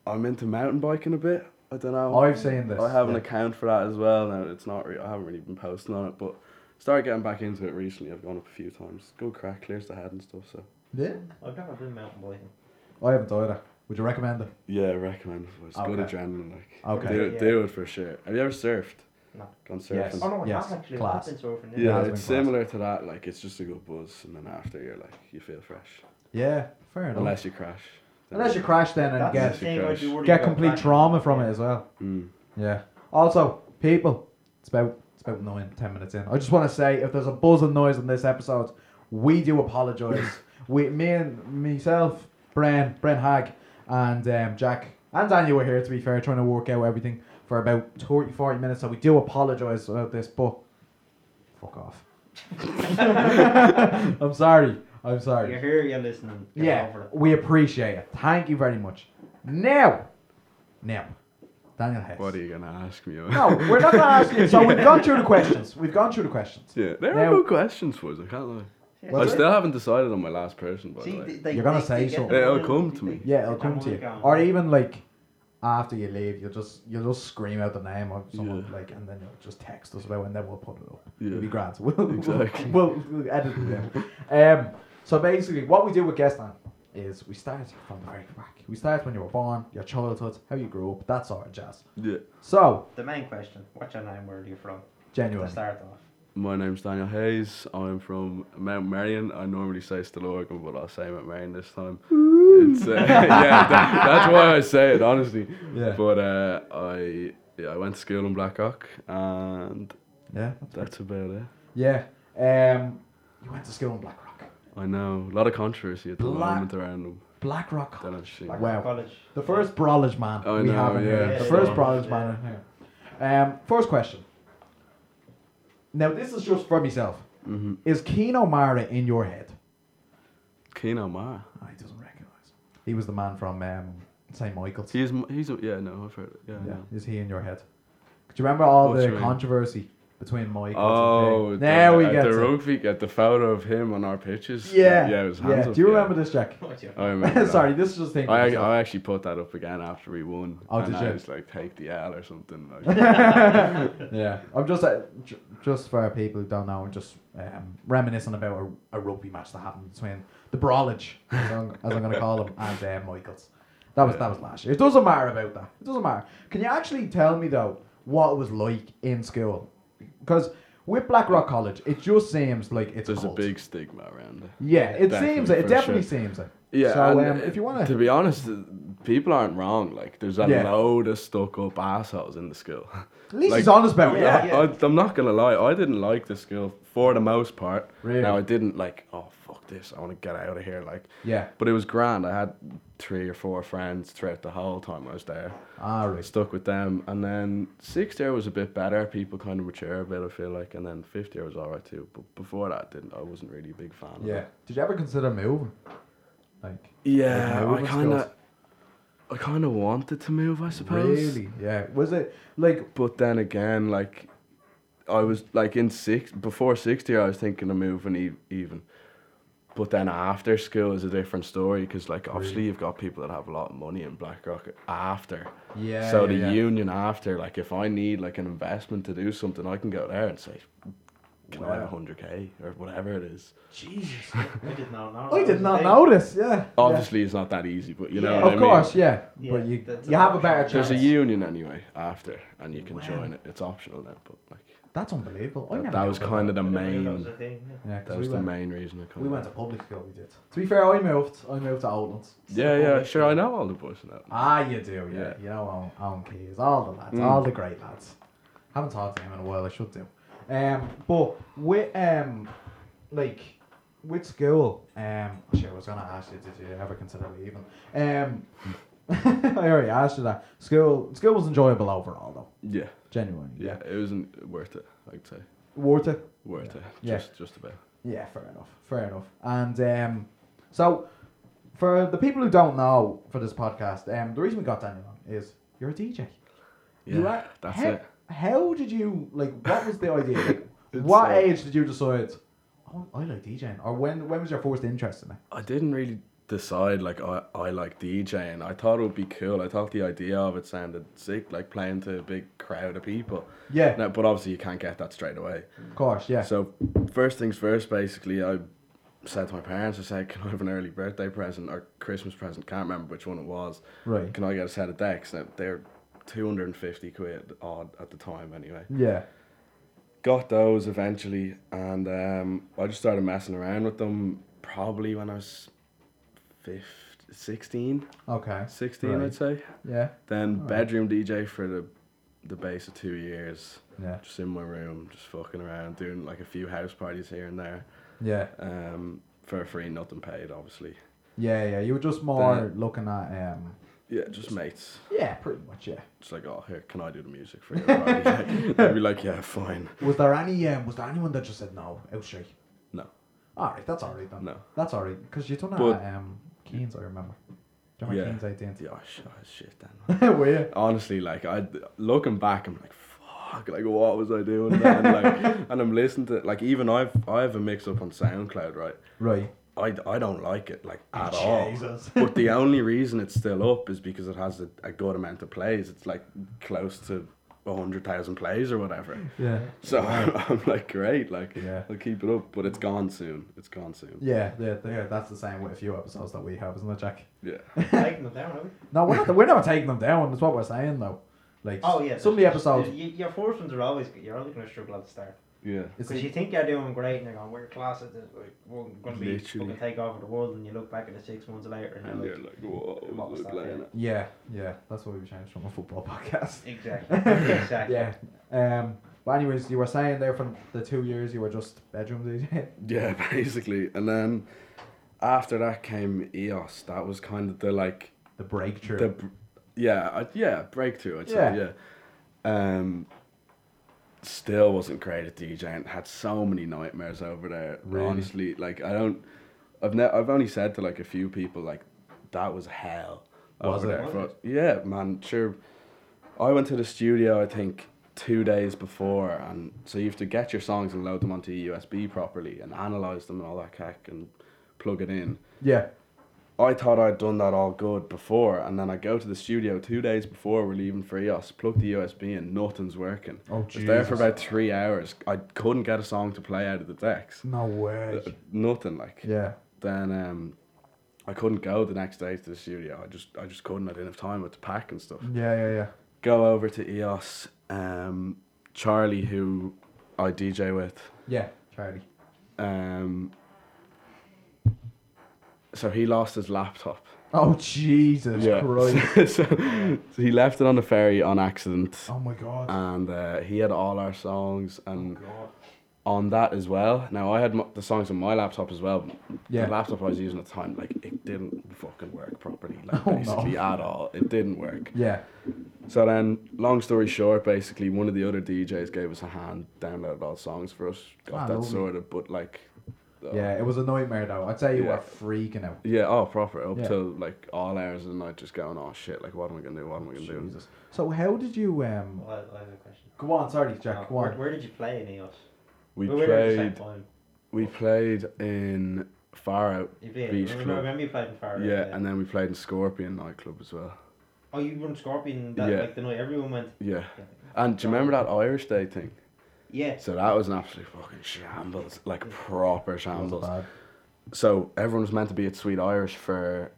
Speaker 3: I'm into mountain biking a bit. I don't know.
Speaker 2: I've seen this.
Speaker 3: I have an
Speaker 2: yeah.
Speaker 3: account for that as well. Now it's not. Re- I haven't really been posting on it, but started getting back into it recently. I've gone up a few times. Good crack, clears the head and stuff. So
Speaker 2: Yeah,
Speaker 1: I've never been mountain biking.
Speaker 2: I haven't either. Would you recommend it?
Speaker 3: yeah, I recommend. it. It's good
Speaker 2: Okay.
Speaker 3: adrenaline. Like
Speaker 2: Okay.
Speaker 3: do, do it for sure. Have you ever surfed?
Speaker 1: No.
Speaker 3: Gone surfing.
Speaker 2: Yes.
Speaker 1: Oh no, I
Speaker 2: Yes,
Speaker 1: have actually.
Speaker 2: class.
Speaker 1: I've been surfing.
Speaker 3: Yeah,
Speaker 2: has been
Speaker 3: it's
Speaker 2: class.
Speaker 3: similar to that. Like it's just a good buzz, and then after you're like you feel fresh.
Speaker 2: Yeah, fair enough. Unless,
Speaker 3: Unless you crash.
Speaker 2: you crash then and
Speaker 1: That's
Speaker 3: Yes,
Speaker 1: the
Speaker 2: get
Speaker 3: you
Speaker 1: thing I'd
Speaker 3: crash.
Speaker 1: be worried
Speaker 2: get
Speaker 1: about
Speaker 2: complete
Speaker 1: crashing.
Speaker 2: trauma from it as well.
Speaker 3: Mm.
Speaker 2: Yeah. Also, people, it's about it's about nine, ten minutes in. I just want to say, if there's a buzzing noise in this episode, we do apologise. we, me and myself, Bren, Bren Hag, and um, Jack and Daniel were here. To be fair, trying to work out everything for about 30, 40 minutes. So we do apologise about this, but fuck off. I'm sorry. I'm sorry.
Speaker 1: You're here, you're listening. Get over
Speaker 2: Yeah,
Speaker 1: it.
Speaker 2: we appreciate it. Thank you very much. Now, now, Daniel Hess.
Speaker 3: What are you gonna ask me?
Speaker 2: No, we're not going to ask you. So we've gone through the questions. We've gone through the questions.
Speaker 3: Yeah, there
Speaker 2: Now-
Speaker 3: are good questions for us. I can't lie.
Speaker 1: Yeah,
Speaker 2: Well,
Speaker 3: I
Speaker 1: see-
Speaker 3: still haven't decided on my last person, by
Speaker 1: see,
Speaker 3: the way.
Speaker 1: they- they-
Speaker 2: You're gonna
Speaker 1: they-
Speaker 2: say
Speaker 1: they get
Speaker 2: something.
Speaker 1: the
Speaker 3: It'll
Speaker 1: one-
Speaker 3: come
Speaker 1: they-
Speaker 3: to me.
Speaker 2: Yeah, it'll come to you. Or even like after you leave, you'll just you'll just scream out the name of someone
Speaker 3: Yeah.
Speaker 2: like, and then you'll just text us about, it and then we'll put it up. It'll be
Speaker 3: Yeah.
Speaker 2: grand. We'll,
Speaker 3: Exactly.
Speaker 2: we'll, we'll edit it out. Um, so basically, what we do with guest land is we start from the very back. We start when you were born, your childhood, how you grew up, that sort of jazz.
Speaker 3: yeah.
Speaker 2: So
Speaker 1: The main question: What's your name? Where are you from? To
Speaker 2: genuinely,
Speaker 1: start off.
Speaker 3: My name's Daniel Hayes. I'm from Mount Marion. I normally say Stillorgan, but I'll say Mount Marion this time. It's uh, yeah, that, that's why I say it honestly.
Speaker 2: Yeah.
Speaker 3: But uh, I yeah, I went to school in Blackock, and
Speaker 2: yeah,
Speaker 3: that's about it.
Speaker 2: yeah. Um, you went to school in Blackrock.
Speaker 3: I know a lot of controversy at the
Speaker 2: Black-
Speaker 3: moment around them.
Speaker 2: Blackrock
Speaker 3: Don't
Speaker 2: College.
Speaker 3: actually.
Speaker 1: Like
Speaker 2: Wow.
Speaker 1: College.
Speaker 2: The first brawlage man
Speaker 3: Oh, I
Speaker 2: we
Speaker 3: know,
Speaker 2: have in here.
Speaker 3: yeah.
Speaker 2: The
Speaker 1: Yeah.
Speaker 2: first brawlage man in here. Um, first question. Now this is just for myself.
Speaker 3: Mhm.
Speaker 2: Is Keno Mara in your head?
Speaker 3: Keen O'Mara.
Speaker 2: Oh, he doesn't recognise. him. He was the man from um, St Michael's.
Speaker 3: He is. m- He's. A, yeah. No. I've heard. It. Yeah.
Speaker 2: Yeah.
Speaker 3: no.
Speaker 2: Is he in your head? Do you remember all
Speaker 3: What
Speaker 2: the
Speaker 3: do you mean?
Speaker 2: controversy between Michaels
Speaker 3: Oh,
Speaker 2: and King?
Speaker 3: the-
Speaker 2: There we
Speaker 3: at
Speaker 2: get
Speaker 3: the
Speaker 2: to it.
Speaker 3: rugby at the photo of him on our pitches.
Speaker 2: Yeah.
Speaker 3: yeah, it was hands
Speaker 2: yeah.
Speaker 3: up,
Speaker 2: Do you
Speaker 3: yeah. Oh,
Speaker 2: remember this, Jack?
Speaker 1: What's your?
Speaker 3: I remember. that.
Speaker 2: Sorry, this is just thinking.
Speaker 3: I,
Speaker 2: myself.
Speaker 3: I actually put that up again after we won.
Speaker 2: Oh,
Speaker 3: and
Speaker 2: did
Speaker 3: I
Speaker 2: you?
Speaker 3: was like, take the L or something. Like,
Speaker 2: yeah, I'm just uh, j- just for people who don't know, I'm just um, reminiscing about a, a rugby match that happened between the Brawlage, as I'm, as I'm going to call him, and uh, Michaels. That was that was last year. It doesn't matter about that. It doesn't matter. Can you actually tell me though what it was like in school? Because with Blackrock College, it just seems like it's
Speaker 3: there's a
Speaker 2: cult.
Speaker 3: big stigma around it.
Speaker 2: yeah. It
Speaker 3: Definitely,
Speaker 2: seems it. It
Speaker 3: for
Speaker 2: definitely
Speaker 3: sure.
Speaker 2: seems it.
Speaker 3: Yeah.
Speaker 2: So
Speaker 3: and,
Speaker 2: um,
Speaker 3: uh,
Speaker 2: if you want
Speaker 3: to
Speaker 2: to,
Speaker 3: be honest, uh, people aren't wrong. Like, there's a
Speaker 2: Yeah.
Speaker 3: load of stuck up assholes in the school.
Speaker 2: at least
Speaker 3: like-
Speaker 2: he's honest about it.
Speaker 1: Yeah.
Speaker 3: I, I'm not gonna lie. I didn't like the school for the most part.
Speaker 2: Really?
Speaker 3: Now I didn't like. Oh fuck this! I want to get out of here. Like,
Speaker 2: Yeah.
Speaker 3: but it was grand. I had three or four friends throughout the whole time I was there.
Speaker 2: All right.
Speaker 3: stuck with them. And then sixth year was a bit better. People kind of mature a bit, I feel like. And then fifth year was alright too. But before that, didn't I wasn't really a big fan. Of
Speaker 2: Yeah.
Speaker 3: it.
Speaker 2: Did you ever consider moving? Like.
Speaker 3: Yeah,
Speaker 2: Like
Speaker 3: I
Speaker 2: moving
Speaker 3: kind
Speaker 2: skills.
Speaker 3: of, I kind of wanted to move, I suppose.
Speaker 2: Really? Yeah. Was it like
Speaker 3: But then again, like, I was like in sixth before sixth year, I was thinking of moving e- even. But then after school is a different story because, like, obviously you've got people that have a lot of money in BlackRock after.
Speaker 2: yeah?
Speaker 3: so
Speaker 2: yeah,
Speaker 3: the
Speaker 2: yeah.
Speaker 3: union after, like, if I need like an investment to do something, I can go there and say, "Can I
Speaker 2: Wow.
Speaker 3: have hundred k or whatever it is?"
Speaker 2: Jesus,
Speaker 1: I did not know.
Speaker 2: I
Speaker 1: that
Speaker 2: Oh, did
Speaker 1: was a
Speaker 2: not
Speaker 1: thing.
Speaker 2: notice. Yeah.
Speaker 3: Obviously, it's not that easy, but you Oh, know.
Speaker 1: Yeah.
Speaker 2: Yeah.
Speaker 3: what
Speaker 2: Of
Speaker 3: I
Speaker 2: course,
Speaker 3: Mean?
Speaker 2: yeah.
Speaker 1: Yeah,
Speaker 2: But you
Speaker 1: that's
Speaker 2: you have a
Speaker 1: an
Speaker 2: better
Speaker 1: option.
Speaker 2: chance.
Speaker 3: There's a union anyway after, and you can
Speaker 2: Wow.
Speaker 3: join it. It's optional now, but like
Speaker 2: That's unbelievable. I
Speaker 3: that-
Speaker 2: never
Speaker 3: that
Speaker 2: knew
Speaker 3: was
Speaker 2: about
Speaker 3: kind of the
Speaker 1: I didn't know that was
Speaker 3: main.
Speaker 1: a thing.
Speaker 2: Yeah,
Speaker 3: That
Speaker 2: because
Speaker 3: was
Speaker 2: we,
Speaker 3: the
Speaker 2: went-
Speaker 3: main reason I kind
Speaker 2: we
Speaker 3: of.
Speaker 2: went to public school. We did. To be fair, I moved. I moved to Oldlands.
Speaker 3: Yeah, yeah, sure. I know all the boys in that.
Speaker 2: Ah, you do. Yeah.
Speaker 3: Yeah.
Speaker 2: You know, Owen, Owen Keyes, all the lads,
Speaker 3: Mm.
Speaker 2: all the great lads. Haven't talked to him in a while. I should do. Um, but with um, like with school, um, sure. I was gonna ask you, did you ever consider leaving? Um, I already asked you that. School, school was enjoyable overall, though.
Speaker 3: Yeah,
Speaker 2: Genuinely.
Speaker 3: yeah. It wasn't worth it. I'd say
Speaker 2: Worth it.
Speaker 3: worth it.
Speaker 2: Yeah.
Speaker 3: Just, just about.
Speaker 2: Yeah, fair enough. Fair enough. And um, so, for the people who don't know for this podcast, um, the reason we got Daniel on is you're a DJ. You
Speaker 3: Yeah,
Speaker 2: are-
Speaker 3: that's
Speaker 2: how,
Speaker 3: it.
Speaker 2: How did you like? What was the idea? Like,
Speaker 3: It's,
Speaker 2: what
Speaker 3: uh,
Speaker 2: age did you decide? Oh, I like DJing. Or when? When was your first interest in it?
Speaker 3: I didn't really decide like I, I like DJing. I thought it would be cool. I thought the idea of it sounded sick, like playing to a big crowd of people.
Speaker 2: Yeah,
Speaker 3: Now, but obviously you can't get that straight away.
Speaker 2: of course. Yeah.
Speaker 3: So first things first, basically I said to my parents, I said, Can I have an early birthday present or Christmas present? Can't remember which one it was.
Speaker 2: Right.
Speaker 3: Can I get a set of decks? Now they're two hundred and fifty quid odd at the time anyway.
Speaker 2: Yeah.
Speaker 3: got those eventually, and um, I just started messing around with them probably when I was 15, 16,
Speaker 2: Okay.
Speaker 3: 16
Speaker 2: Right.
Speaker 3: I'd say.
Speaker 2: Yeah.
Speaker 3: Then
Speaker 2: Alright.
Speaker 3: bedroom DJ for the the base of two years,
Speaker 2: Yeah.
Speaker 3: just in my room, just fucking around, doing like a few house parties here and there,
Speaker 2: Yeah.
Speaker 3: um, for free, nothing paid, obviously.
Speaker 2: Yeah, yeah. You were just more
Speaker 3: That-
Speaker 2: looking at um
Speaker 3: Yeah, just mates.
Speaker 2: Yeah, pretty much, yeah.
Speaker 3: It's like, oh, here, can I do the music for you? Right. They'd be like, yeah, fine.
Speaker 2: Was there any um was there anyone that just said no, out straight?
Speaker 3: No,
Speaker 2: Alright, that's alright then.
Speaker 3: no.
Speaker 2: That's alright. Because you done that
Speaker 3: But-
Speaker 2: at um Keynes, I remember. Do you
Speaker 3: Yeah.
Speaker 2: remember Keynes idea?
Speaker 3: Yeah, oh, sh- oh, shit, then.
Speaker 2: Were you?
Speaker 3: honestly, like I looking back, I'm like, fuck, like what was I doing? Then? like, and I'm listening to like even I've I have a mix up on SoundCloud, right?
Speaker 2: Right.
Speaker 3: I, I don't like it like at
Speaker 2: Jesus.
Speaker 3: all. But the only reason it's still up is because it has a, a good amount of plays. It's like close to hundred thousand plays or whatever.
Speaker 2: Yeah.
Speaker 3: So I'm, I'm like, great, like
Speaker 2: Yeah.
Speaker 3: I'll keep it up, but it's gone soon. It's gone soon.
Speaker 2: Yeah, yeah, yeah, that's the same with a few episodes that we have, isn't it, Jack?
Speaker 3: Yeah.
Speaker 1: Taking them down, have we?
Speaker 2: No, we're not. We're never taking them down. That's what we're saying, though. Like,
Speaker 1: Oh yeah.
Speaker 2: some of the
Speaker 1: there's-
Speaker 2: episodes.
Speaker 1: there's- you- Your first ones are always you're always gonna struggle at the start
Speaker 3: Yeah.
Speaker 2: It's
Speaker 1: because you think you're doing great and you're going we're class at this like we're gonna be
Speaker 3: Literally.
Speaker 1: fucking take over the world and you look back at it six months later and
Speaker 3: And
Speaker 1: you're
Speaker 3: you're
Speaker 1: like
Speaker 3: like, what
Speaker 1: what was
Speaker 3: was I
Speaker 1: that,
Speaker 3: playing
Speaker 1: yeah.
Speaker 3: at?
Speaker 2: yeah, yeah. That's what we changed from a football podcast.
Speaker 1: exactly exactly
Speaker 2: Yeah. Um. But anyways, you were saying there from the two years you were just bedroom DJ.
Speaker 3: Yeah, basically. And then after that came EOS. That was kind of the like
Speaker 2: the breakthrough.
Speaker 3: the br- yeah I, yeah breakthrough. I'd
Speaker 2: Yeah.
Speaker 3: say yeah. Um, still wasn't great at DJing. Had so many nightmares over there.
Speaker 2: Really?
Speaker 3: Honestly, like I don't. I've ne- I've only said to like a few people like that was hell.
Speaker 2: Was
Speaker 3: over
Speaker 2: it?
Speaker 3: there for
Speaker 1: Was
Speaker 3: us. Yeah, man. Sure. I went to the studio. I think. Two days before, and so you have to get your songs and load them onto USB properly and analyze them and all that cack and plug it in.
Speaker 2: yeah.
Speaker 3: I thought I'd done that all good before, and then I go to the studio two days before we're leaving for E EOS, plug the USB in, nothing's working.
Speaker 2: Oh
Speaker 3: I was there for about three hours. I couldn't get a song to play out of the decks.
Speaker 2: No way.
Speaker 3: Uh, Nothing like.
Speaker 2: Yeah.
Speaker 3: Then um, I couldn't go the next day to the studio. I just I just couldn't. I didn't have time with the pack and stuff.
Speaker 2: Yeah. Yeah. Yeah.
Speaker 3: Go over to EOS. Um, Charlie, who I DJ with,
Speaker 2: Yeah. Charlie.
Speaker 3: um, so he lost his laptop.
Speaker 2: Oh Jesus Christ.
Speaker 3: so, so he left it on the ferry on accident,
Speaker 2: Oh my God.
Speaker 3: and uh, he had all our songs
Speaker 2: oh
Speaker 3: and
Speaker 2: God.
Speaker 3: on that as well. Now I had m- the songs on my laptop as well. but
Speaker 2: Yeah.
Speaker 3: The laptop I was using at the time, like it didn't fucking work properly, like
Speaker 2: Oh, no.
Speaker 3: basically at all. It didn't work.
Speaker 2: Yeah.
Speaker 3: So then, long story short, basically one of the other DJs gave us a hand, downloaded all the songs for us, got
Speaker 2: Ah,
Speaker 3: that
Speaker 2: lovely.
Speaker 3: sorted. But like, uh,
Speaker 2: Yeah. It was a nightmare though. I'd say you
Speaker 3: Yeah.
Speaker 2: were freaking out.
Speaker 3: Yeah, oh, proper. Up
Speaker 2: Yeah.
Speaker 3: till like all hours of the night, just going, oh shit, like what am I gonna do? What am I gonna do?
Speaker 2: Jesus. So how did you um?
Speaker 1: Well, I have a question
Speaker 2: Go on, sorry, Jack.
Speaker 1: Now,
Speaker 2: Go
Speaker 1: where,
Speaker 2: on.
Speaker 1: where did you play in E EOS
Speaker 3: We
Speaker 1: were there at the
Speaker 3: played
Speaker 1: same time
Speaker 3: We played in Far Out
Speaker 1: you did I remember,
Speaker 3: Beach
Speaker 1: I
Speaker 3: Club.
Speaker 1: remember you played in Fire
Speaker 3: Yeah, and then we played in Scorpion nightclub as well.
Speaker 1: oh you were in Scorpion that
Speaker 3: Yeah.
Speaker 1: like the night everyone went
Speaker 3: Yeah. And do you remember that Irish Day thing?
Speaker 1: yeah
Speaker 3: So that was an absolute fucking shambles, like proper
Speaker 2: That was
Speaker 3: shambles.
Speaker 2: bad.
Speaker 3: So everyone was meant to be at Sweet Irish for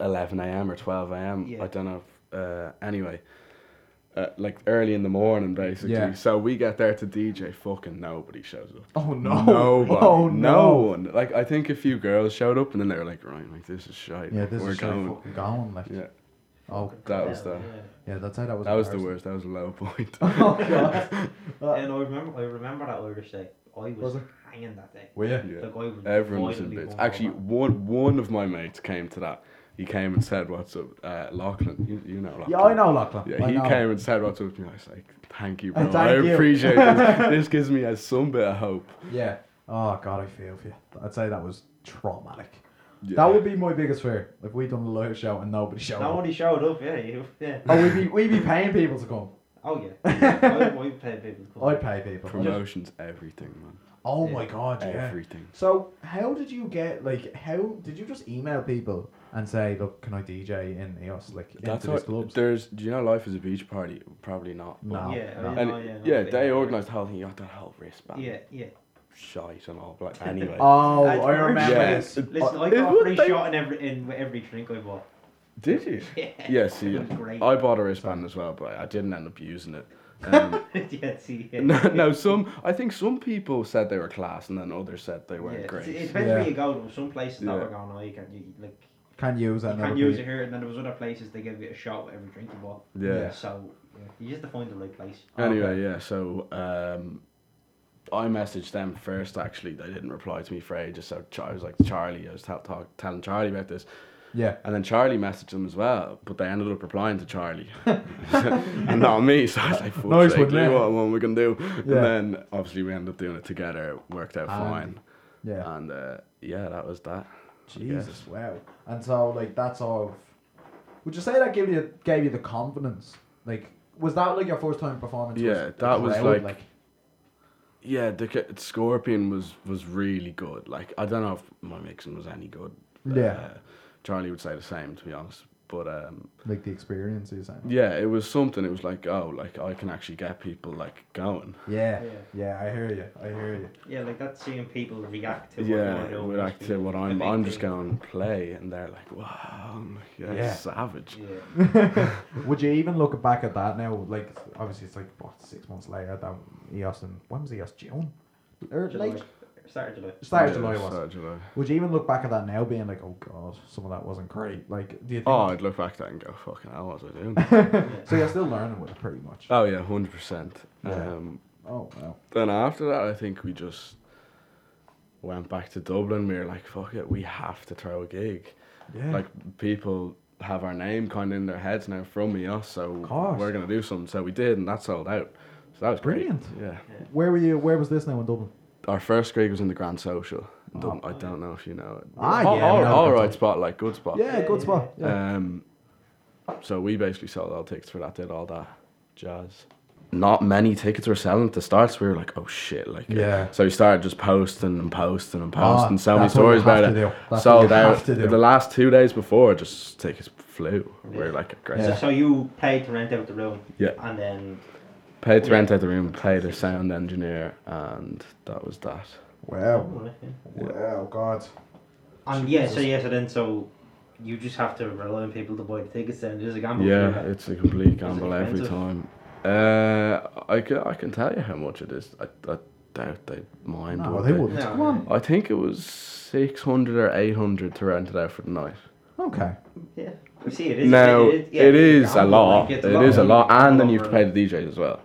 Speaker 3: 11 a.m. or 12 a.m.
Speaker 1: Yeah.
Speaker 3: I don't know. If, uh, anyway, uh, like early in the morning, basically.
Speaker 2: Yeah.
Speaker 3: So we get there to DJ, fucking nobody shows up.
Speaker 2: Oh no!
Speaker 3: Nobody.
Speaker 2: Oh
Speaker 3: no
Speaker 2: no!
Speaker 3: one. Like I think a few girls showed up and then they were like, right, like this is shite.
Speaker 2: Yeah, this
Speaker 3: we're
Speaker 2: is going. fucking gone. Like,
Speaker 3: Yeah,
Speaker 2: oh,
Speaker 3: that was
Speaker 1: Yeah,
Speaker 3: the-
Speaker 1: yeah.
Speaker 2: yeah, that's how that was.
Speaker 3: that was the
Speaker 2: embarrassing.
Speaker 3: worst. That was a low point.
Speaker 2: oh god!
Speaker 1: Yeah,
Speaker 2: That-
Speaker 1: no, I remember. I remember that Irish day. I was,
Speaker 2: Was it?
Speaker 1: hanging that day.
Speaker 2: Were you?
Speaker 3: Yeah.
Speaker 1: Like I was
Speaker 3: Everyone was in
Speaker 1: violently
Speaker 3: bits.
Speaker 1: hungover.
Speaker 3: Actually, one one of my mates came to that. He came and said, "What's up, uh, Lachlan? You, you know Lachlan."
Speaker 2: Yeah, I know Lachlan.
Speaker 3: Yeah,
Speaker 2: I
Speaker 3: he
Speaker 2: know.
Speaker 3: came and said, "What's up?" to me. I was like, "Thank you,
Speaker 2: Uh,
Speaker 3: bro. I
Speaker 2: thank you."
Speaker 3: appreciate this. This gives me a some bit of hope."
Speaker 2: Yeah. Oh god, I feel for you. I'd say that was traumatic.
Speaker 3: Yeah.
Speaker 2: That would be my biggest fear if we done a live show and nobody showed up.
Speaker 1: Nobody showed up. Yeah, you, yeah.
Speaker 2: Oh, we'd be we'd be paying people to come.
Speaker 1: Oh yeah. I, I played people. Cool.
Speaker 2: I'd pay people.
Speaker 3: promotions, everything, man,
Speaker 2: Oh
Speaker 1: Yeah.
Speaker 2: my god! Yeah.
Speaker 3: everything.
Speaker 2: So how did you get like how did you just email people and say look can I DJ in EOS like
Speaker 3: That's
Speaker 2: into these
Speaker 3: what
Speaker 2: clubs?
Speaker 3: there's. Do you know life is a beach party? Probably not. but-
Speaker 2: No,
Speaker 1: yeah,
Speaker 2: no.
Speaker 1: I,
Speaker 3: And
Speaker 1: no, Oh, yeah, no,
Speaker 3: yeah,
Speaker 1: but-
Speaker 3: they organised the whole thing. You got that whole wristband.
Speaker 1: Yeah, yeah.
Speaker 3: Shite and all. But like, anyway.
Speaker 2: Oh,
Speaker 1: I'd-
Speaker 2: I remember
Speaker 3: Yeah.
Speaker 2: this.
Speaker 1: Listen, I
Speaker 3: It
Speaker 1: got
Speaker 3: was-
Speaker 1: free
Speaker 3: they-
Speaker 1: shot in every in with every drink I bought.
Speaker 3: Did you?
Speaker 1: Yeah.
Speaker 3: Yeah, see,
Speaker 1: It was great.
Speaker 3: I bought a wristband as well, but I didn't end up using it. Um,
Speaker 1: yeah, see. Yeah.
Speaker 3: no, no, some I think some people said they were class, and then others said they
Speaker 1: yeah.
Speaker 3: weren't
Speaker 1: it's-
Speaker 3: great.
Speaker 1: It depends
Speaker 2: Yeah.
Speaker 1: where you go. There were some places that
Speaker 3: Yeah.
Speaker 1: were going, oh, you can you, like
Speaker 2: Can use
Speaker 1: you
Speaker 2: another.
Speaker 1: can use
Speaker 2: beat.
Speaker 1: it here, and then there was other places they gave you a shot with every drink you bought.
Speaker 3: yeah.
Speaker 2: Yeah.
Speaker 1: So You just have to find the right place.
Speaker 3: Anyway, yeah, so um, I messaged them first, actually. They didn't reply to me for ages. So Char- I was like, Charlie, I was ta- ta- telling Charlie about this.
Speaker 2: Yeah.
Speaker 3: And then Charlie messaged them as well, but they ended up replying to Charlie and not me. So I was like, fuck
Speaker 2: Nice
Speaker 3: sake,
Speaker 2: one, yeah.
Speaker 3: what, what we can do?
Speaker 2: Yeah.
Speaker 3: And then obviously we ended up doing it together. It worked out
Speaker 1: Ah.
Speaker 2: And-
Speaker 3: fine.
Speaker 2: Yeah.
Speaker 3: And uh, yeah, that was that. I guess.
Speaker 2: Jesus, wow. And so like that's all. Would you say that gave you gave you the confidence? Like, was that like your first time performance?
Speaker 3: Yeah,
Speaker 2: with the
Speaker 3: that was,
Speaker 2: crowd?
Speaker 3: like- Yeah, the ca- Scorpion was was really good. Like I don't know if my mixing was any good. Uh,
Speaker 2: Yeah.
Speaker 3: Charlie would say the same to be honest. But um,
Speaker 2: like the experience you're saying.
Speaker 3: yeah, it was something. It was like oh, like I can actually get people like going.
Speaker 2: Yeah.
Speaker 1: Yeah.
Speaker 2: Yeah, I hear you. I hear you.
Speaker 1: Yeah, like that's seeing people react to what
Speaker 3: yeah,
Speaker 1: you're doing.
Speaker 3: we're like to what
Speaker 1: A
Speaker 3: I'm.
Speaker 1: big
Speaker 3: I'm just
Speaker 1: thing.
Speaker 3: going play, and they're like wow, I'm like, yeah,
Speaker 2: Yeah.
Speaker 3: savage.
Speaker 1: Yeah.
Speaker 2: Would you even look back at that now? Like, obviously, it's like what six months later. That EOS and when was EOS June? Or
Speaker 1: July.
Speaker 2: late
Speaker 1: Start of July.
Speaker 2: start of
Speaker 3: Yeah,
Speaker 2: July was.
Speaker 3: start of July.
Speaker 2: Would you even look back at that now, being like, oh god, some of that wasn't great? Like, do you think?
Speaker 3: Oh, I'd look back at that and go, fucking hell, what was I doing?
Speaker 2: so you're still learning with it, pretty much.
Speaker 3: oh yeah, hundred percent.
Speaker 2: Yeah.
Speaker 3: Um,
Speaker 2: Oh wow.
Speaker 3: then after that, I think we just went back to Dublin. We were like, fuck it, we have to throw a gig.
Speaker 2: Yeah.
Speaker 3: Like, people have our name kind of in their heads now from me, us, so
Speaker 2: course.
Speaker 3: we're going to do something. So we did, and that sold out. So that was
Speaker 2: Brilliant.
Speaker 3: Great. Yeah.
Speaker 2: where were you? Where was this now in Dublin?
Speaker 3: Our first gig was in the Grand Social. in Dublin. I don't know if you know it.
Speaker 2: Oh, Ah,
Speaker 3: All-
Speaker 2: yeah, we
Speaker 3: all-
Speaker 2: know the
Speaker 3: all
Speaker 2: Grand
Speaker 3: right spot, like, good spot.
Speaker 2: Yeah, good spot. Yeah.
Speaker 3: Um, so we basically sold all tickets for that, did all that jazz. Not many tickets were selling at the start, so we were like, oh shit, like
Speaker 2: Yeah.
Speaker 3: So we started just posting and posting and
Speaker 2: Ah,
Speaker 3: posting so many
Speaker 2: that's what you
Speaker 3: stories
Speaker 2: have
Speaker 3: about it.
Speaker 2: to do. That's what
Speaker 3: sold
Speaker 2: you
Speaker 3: out
Speaker 2: have to do.
Speaker 3: the last two days before, just tickets flew. We are like, great.
Speaker 1: So, so you paid to rent out the room.
Speaker 3: Yeah.
Speaker 1: And then
Speaker 3: Paid to rent out the room, paid a sound engineer, and that was that.
Speaker 2: wow. Wow, God.
Speaker 1: Oh, And yeah, so yeah, so then so you just have to rely on people to buy the tickets then it is a gamble.
Speaker 3: Yeah, it's a complete gamble every
Speaker 1: expensive?
Speaker 3: time. Uh, I can I can tell you how much it is. I, I doubt they'd mind.
Speaker 2: No,
Speaker 3: would
Speaker 2: they wouldn't.
Speaker 1: No.
Speaker 2: Come on.
Speaker 3: I think it was six hundred or eight hundred to rent it out for the night.
Speaker 2: Okay.
Speaker 1: Yeah. You see it is
Speaker 3: Now
Speaker 1: it is, yeah,
Speaker 3: it
Speaker 1: it's
Speaker 3: is a
Speaker 1: gamble,
Speaker 3: lot.
Speaker 1: like, it's
Speaker 3: It is a
Speaker 1: of
Speaker 3: lot,
Speaker 1: money
Speaker 3: and then
Speaker 1: all
Speaker 3: you have to
Speaker 1: over
Speaker 3: pay
Speaker 1: it.
Speaker 3: the DJs as well.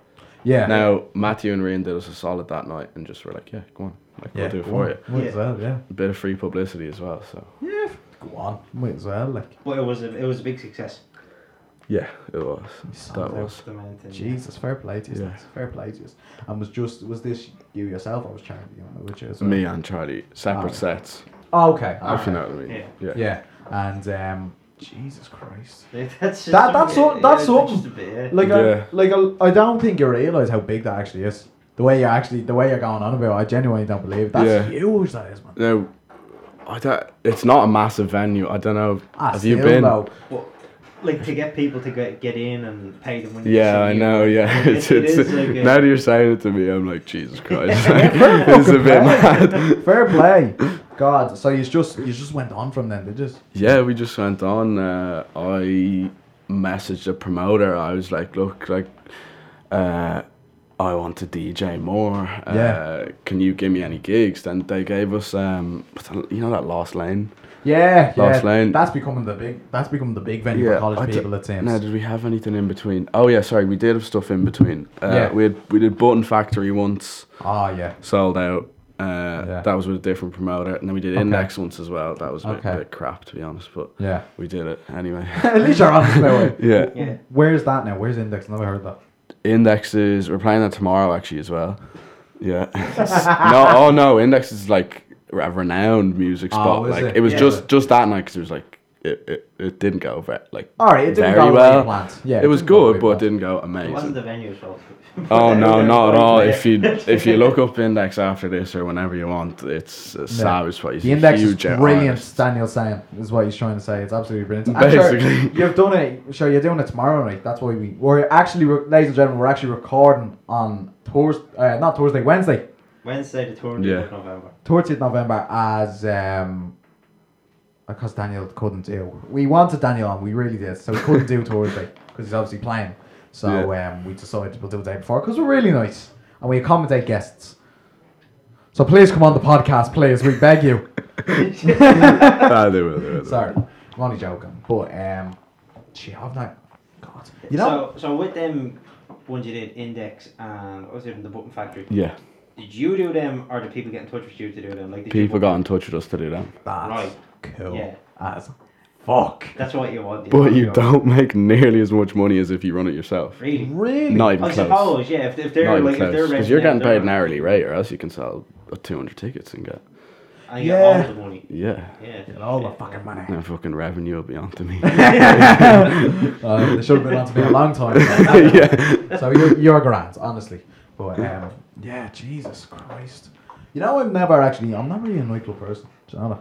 Speaker 2: Yeah.
Speaker 3: Now Matthew and Ryan did us a solid that night, and just were like, "Yeah, go on, like
Speaker 2: yeah.
Speaker 3: we'll do it for you."
Speaker 2: Might as well, yeah.
Speaker 3: A bit of free publicity as well. So
Speaker 2: Yeah. Go on. Might as well, like.
Speaker 1: But it was a it was a big success.
Speaker 3: yeah, it was.
Speaker 2: sold
Speaker 3: That
Speaker 2: out.
Speaker 3: was.
Speaker 1: The main thing, yeah.
Speaker 2: Jesus, fair play to you.
Speaker 3: Yeah.
Speaker 2: lads, Fair play to you. And was just was this you yourself? I was trying to, you know, which is
Speaker 3: Me and Charlie, separate
Speaker 2: Alright.
Speaker 3: sets.
Speaker 2: Oh, okay.
Speaker 3: If you know what I mean.
Speaker 1: Yeah.
Speaker 3: Yeah.
Speaker 2: Yeah. And um, Jesus Christ.
Speaker 1: Yeah, That's just
Speaker 2: That-
Speaker 1: a
Speaker 2: that's
Speaker 1: bit,
Speaker 2: all-
Speaker 1: yeah,
Speaker 2: that's all-
Speaker 1: just a bit, yeah.
Speaker 2: Like,
Speaker 3: Yeah.
Speaker 2: I, like I, I don't think you realize how big that actually is. The way you actually, the way you're going on about, it, I genuinely don't believe it. that's
Speaker 3: Yeah.
Speaker 2: huge. That is, man.
Speaker 3: Now, I don't. It's not a massive venue. I don't know.
Speaker 2: Ah,
Speaker 3: Have you
Speaker 2: still,
Speaker 3: been?
Speaker 2: though.
Speaker 1: But, like to get people to get get in and pay them when you
Speaker 3: Yeah,
Speaker 1: see
Speaker 3: I
Speaker 1: you.
Speaker 3: know. Yeah,
Speaker 1: It-
Speaker 3: it's,
Speaker 1: it
Speaker 3: it's,
Speaker 1: is like a-
Speaker 3: now that you're saying it to me, I'm like Jesus Christ. it's a bit mad.
Speaker 2: Fair play. God, so you just you just went on from then, did you?
Speaker 3: Yeah, we just went on. Uh, I messaged the promoter. I was like, look, like, uh, I want to DJ more. Uh,
Speaker 2: Yeah.
Speaker 3: Can you give me any gigs? Then they gave us, um, you know, that last lane.
Speaker 2: Yeah, yeah.
Speaker 3: Last lane.
Speaker 2: That's becoming the big. That's becoming the big venue for college
Speaker 3: I d-
Speaker 2: people. it seems.
Speaker 3: Now, did we have anything in between? Oh yeah, sorry, we did have stuff in between. Uh,
Speaker 2: Yeah.
Speaker 3: we had, we did Button Factory once,
Speaker 2: Ah, yeah.
Speaker 3: sold out. Uh,
Speaker 2: Yeah.
Speaker 3: That was with a different promoter, and then we did
Speaker 2: Okay.
Speaker 3: Index once as well. That was a bit,
Speaker 2: Okay.
Speaker 3: bit crap, to be honest, but
Speaker 2: Yeah.
Speaker 3: we did it anyway.
Speaker 2: At least you're honest about it.
Speaker 3: yeah,
Speaker 1: Yeah.
Speaker 2: Where's that now? Where's Index? Never heard that.
Speaker 3: Index is we're playing that tomorrow actually as well. Yeah. no, oh no, Index is like a renowned music
Speaker 2: Oh,
Speaker 3: spot.
Speaker 2: is
Speaker 3: like
Speaker 2: it?
Speaker 3: it, was
Speaker 1: Yeah.
Speaker 3: just just that night because it was like it, it, it didn't go very like
Speaker 2: All right, it didn't
Speaker 3: very
Speaker 2: go well.
Speaker 3: well.
Speaker 2: way planned. Yeah,
Speaker 3: it was
Speaker 2: didn't go the way
Speaker 3: good, but it
Speaker 2: planned.
Speaker 3: didn't go
Speaker 1: It wasn't
Speaker 3: amazing.
Speaker 1: the venue's fault.
Speaker 3: Oh no, not at all.
Speaker 1: Yeah.
Speaker 3: If you if you look up Index after this or whenever you want, it's a savage place.
Speaker 2: The index is
Speaker 3: Huge out
Speaker 2: brilliant,
Speaker 3: artist.
Speaker 2: Daniel's saying, is what he's trying to say. It's absolutely brilliant. And sure,
Speaker 3: Basically.
Speaker 2: you've done it. Sure, you're doing it tomorrow night. That's why we, we're actually, re- ladies and gentlemen, we're actually recording on Thursday, uh, not Thursday, Wednesday,
Speaker 1: Wednesday the 20th
Speaker 3: Yeah.
Speaker 1: of November.
Speaker 2: 30th November as, um, because Daniel couldn't do. We wanted Daniel on, we really did. So we couldn't do Thursday because he's obviously playing. So um, we decided we'll do it the day before because we're really nice and we accommodate guests. So please come on the podcast, please. We beg you.
Speaker 3: Ah, they will, they will, they will.
Speaker 2: Sorry, I'm only joking. But um, gee, I've not. God, not. You know,
Speaker 1: So, so with them ones you did, Index and what was it, the Button Factory,
Speaker 3: Yeah,
Speaker 1: did you do them or did people get in touch with you to do them? Like did you
Speaker 3: people
Speaker 1: book-
Speaker 3: got in touch with us to do that.
Speaker 2: that's
Speaker 1: Right.
Speaker 2: cool.
Speaker 1: Yeah.
Speaker 2: That's fuck.
Speaker 1: That's what you want.
Speaker 3: But you
Speaker 1: know.
Speaker 3: don't make nearly as much money as if you run it yourself.
Speaker 1: Really?
Speaker 2: Really?
Speaker 3: Not even
Speaker 1: I
Speaker 3: close.
Speaker 1: suppose, yeah. If, if they're
Speaker 3: Not even
Speaker 1: like, if they're
Speaker 3: close. Because
Speaker 1: renting
Speaker 3: you're
Speaker 1: out
Speaker 3: getting
Speaker 1: their-
Speaker 3: paid an hourly rate, or else you can sell uh, 200 tickets and get
Speaker 1: And you get all
Speaker 2: Yeah.
Speaker 1: the money.
Speaker 3: yeah.
Speaker 1: Yeah.
Speaker 2: Get all the
Speaker 1: Yeah.
Speaker 2: fucking money.
Speaker 3: And fucking revenue will be onto me.
Speaker 2: uh, they should have been on to me a long time. ago.
Speaker 3: yeah.
Speaker 2: so you're, you're grand, honestly. But um, yeah, Jesus Christ. You know, I've never actually. I'm not really a nightclub person. Do you know that?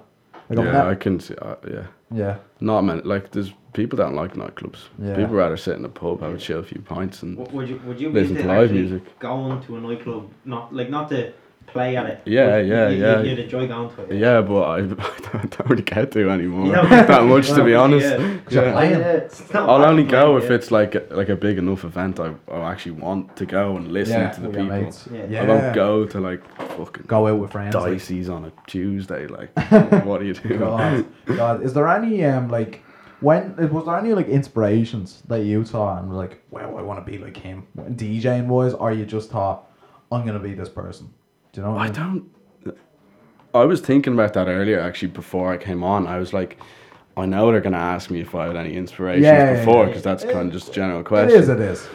Speaker 2: Like, I'm
Speaker 3: Yeah,
Speaker 2: not-
Speaker 3: I can see. Uh, yeah.
Speaker 2: yeah.
Speaker 3: Not man. Like there's people don't like nightclubs.
Speaker 2: Yeah.
Speaker 3: People rather sit in a pub, have a chill, a few pints, and
Speaker 1: W- Would you would you be
Speaker 3: Listen
Speaker 1: into
Speaker 3: to live
Speaker 1: actually
Speaker 3: music.
Speaker 1: going to a nightclub? Not like not to play at it. but
Speaker 3: Yeah,
Speaker 1: you-
Speaker 3: yeah,
Speaker 1: you,
Speaker 3: yeah.
Speaker 1: You'd enjoy going to it.
Speaker 3: yeah. But I, I don't really get to anymore
Speaker 1: You don't-
Speaker 3: that much, to be
Speaker 1: Yeah.
Speaker 3: honest.
Speaker 2: you're
Speaker 3: Yeah.
Speaker 2: playing.
Speaker 1: It's not
Speaker 3: I'll
Speaker 1: bad
Speaker 3: only
Speaker 1: playing,
Speaker 3: go if
Speaker 1: yeah.
Speaker 3: it's like a, like a big enough event. I, I actually want to go and listen
Speaker 2: yeah.
Speaker 3: to the
Speaker 2: with your
Speaker 3: people.
Speaker 2: mates.
Speaker 1: Yeah.
Speaker 2: Yeah.
Speaker 3: I don't go to like fucking
Speaker 2: Go out with friends. like,
Speaker 3: dices on a Tuesday. Like, what are you doing?
Speaker 2: God, God, is there any um like when was there any like inspirations that you saw and were like, well, I want to be like him, DJing wise, or you just thought, I'm gonna be this person? Do you know? What
Speaker 3: I
Speaker 2: mean?
Speaker 3: don't. I was thinking about that earlier, actually, before I came on. I was like, I know they're going to ask me if I had any inspirations
Speaker 2: Yeah, yeah,
Speaker 3: before,
Speaker 2: yeah.
Speaker 3: because that's kind of just a general
Speaker 2: It
Speaker 3: question.
Speaker 2: is. It is.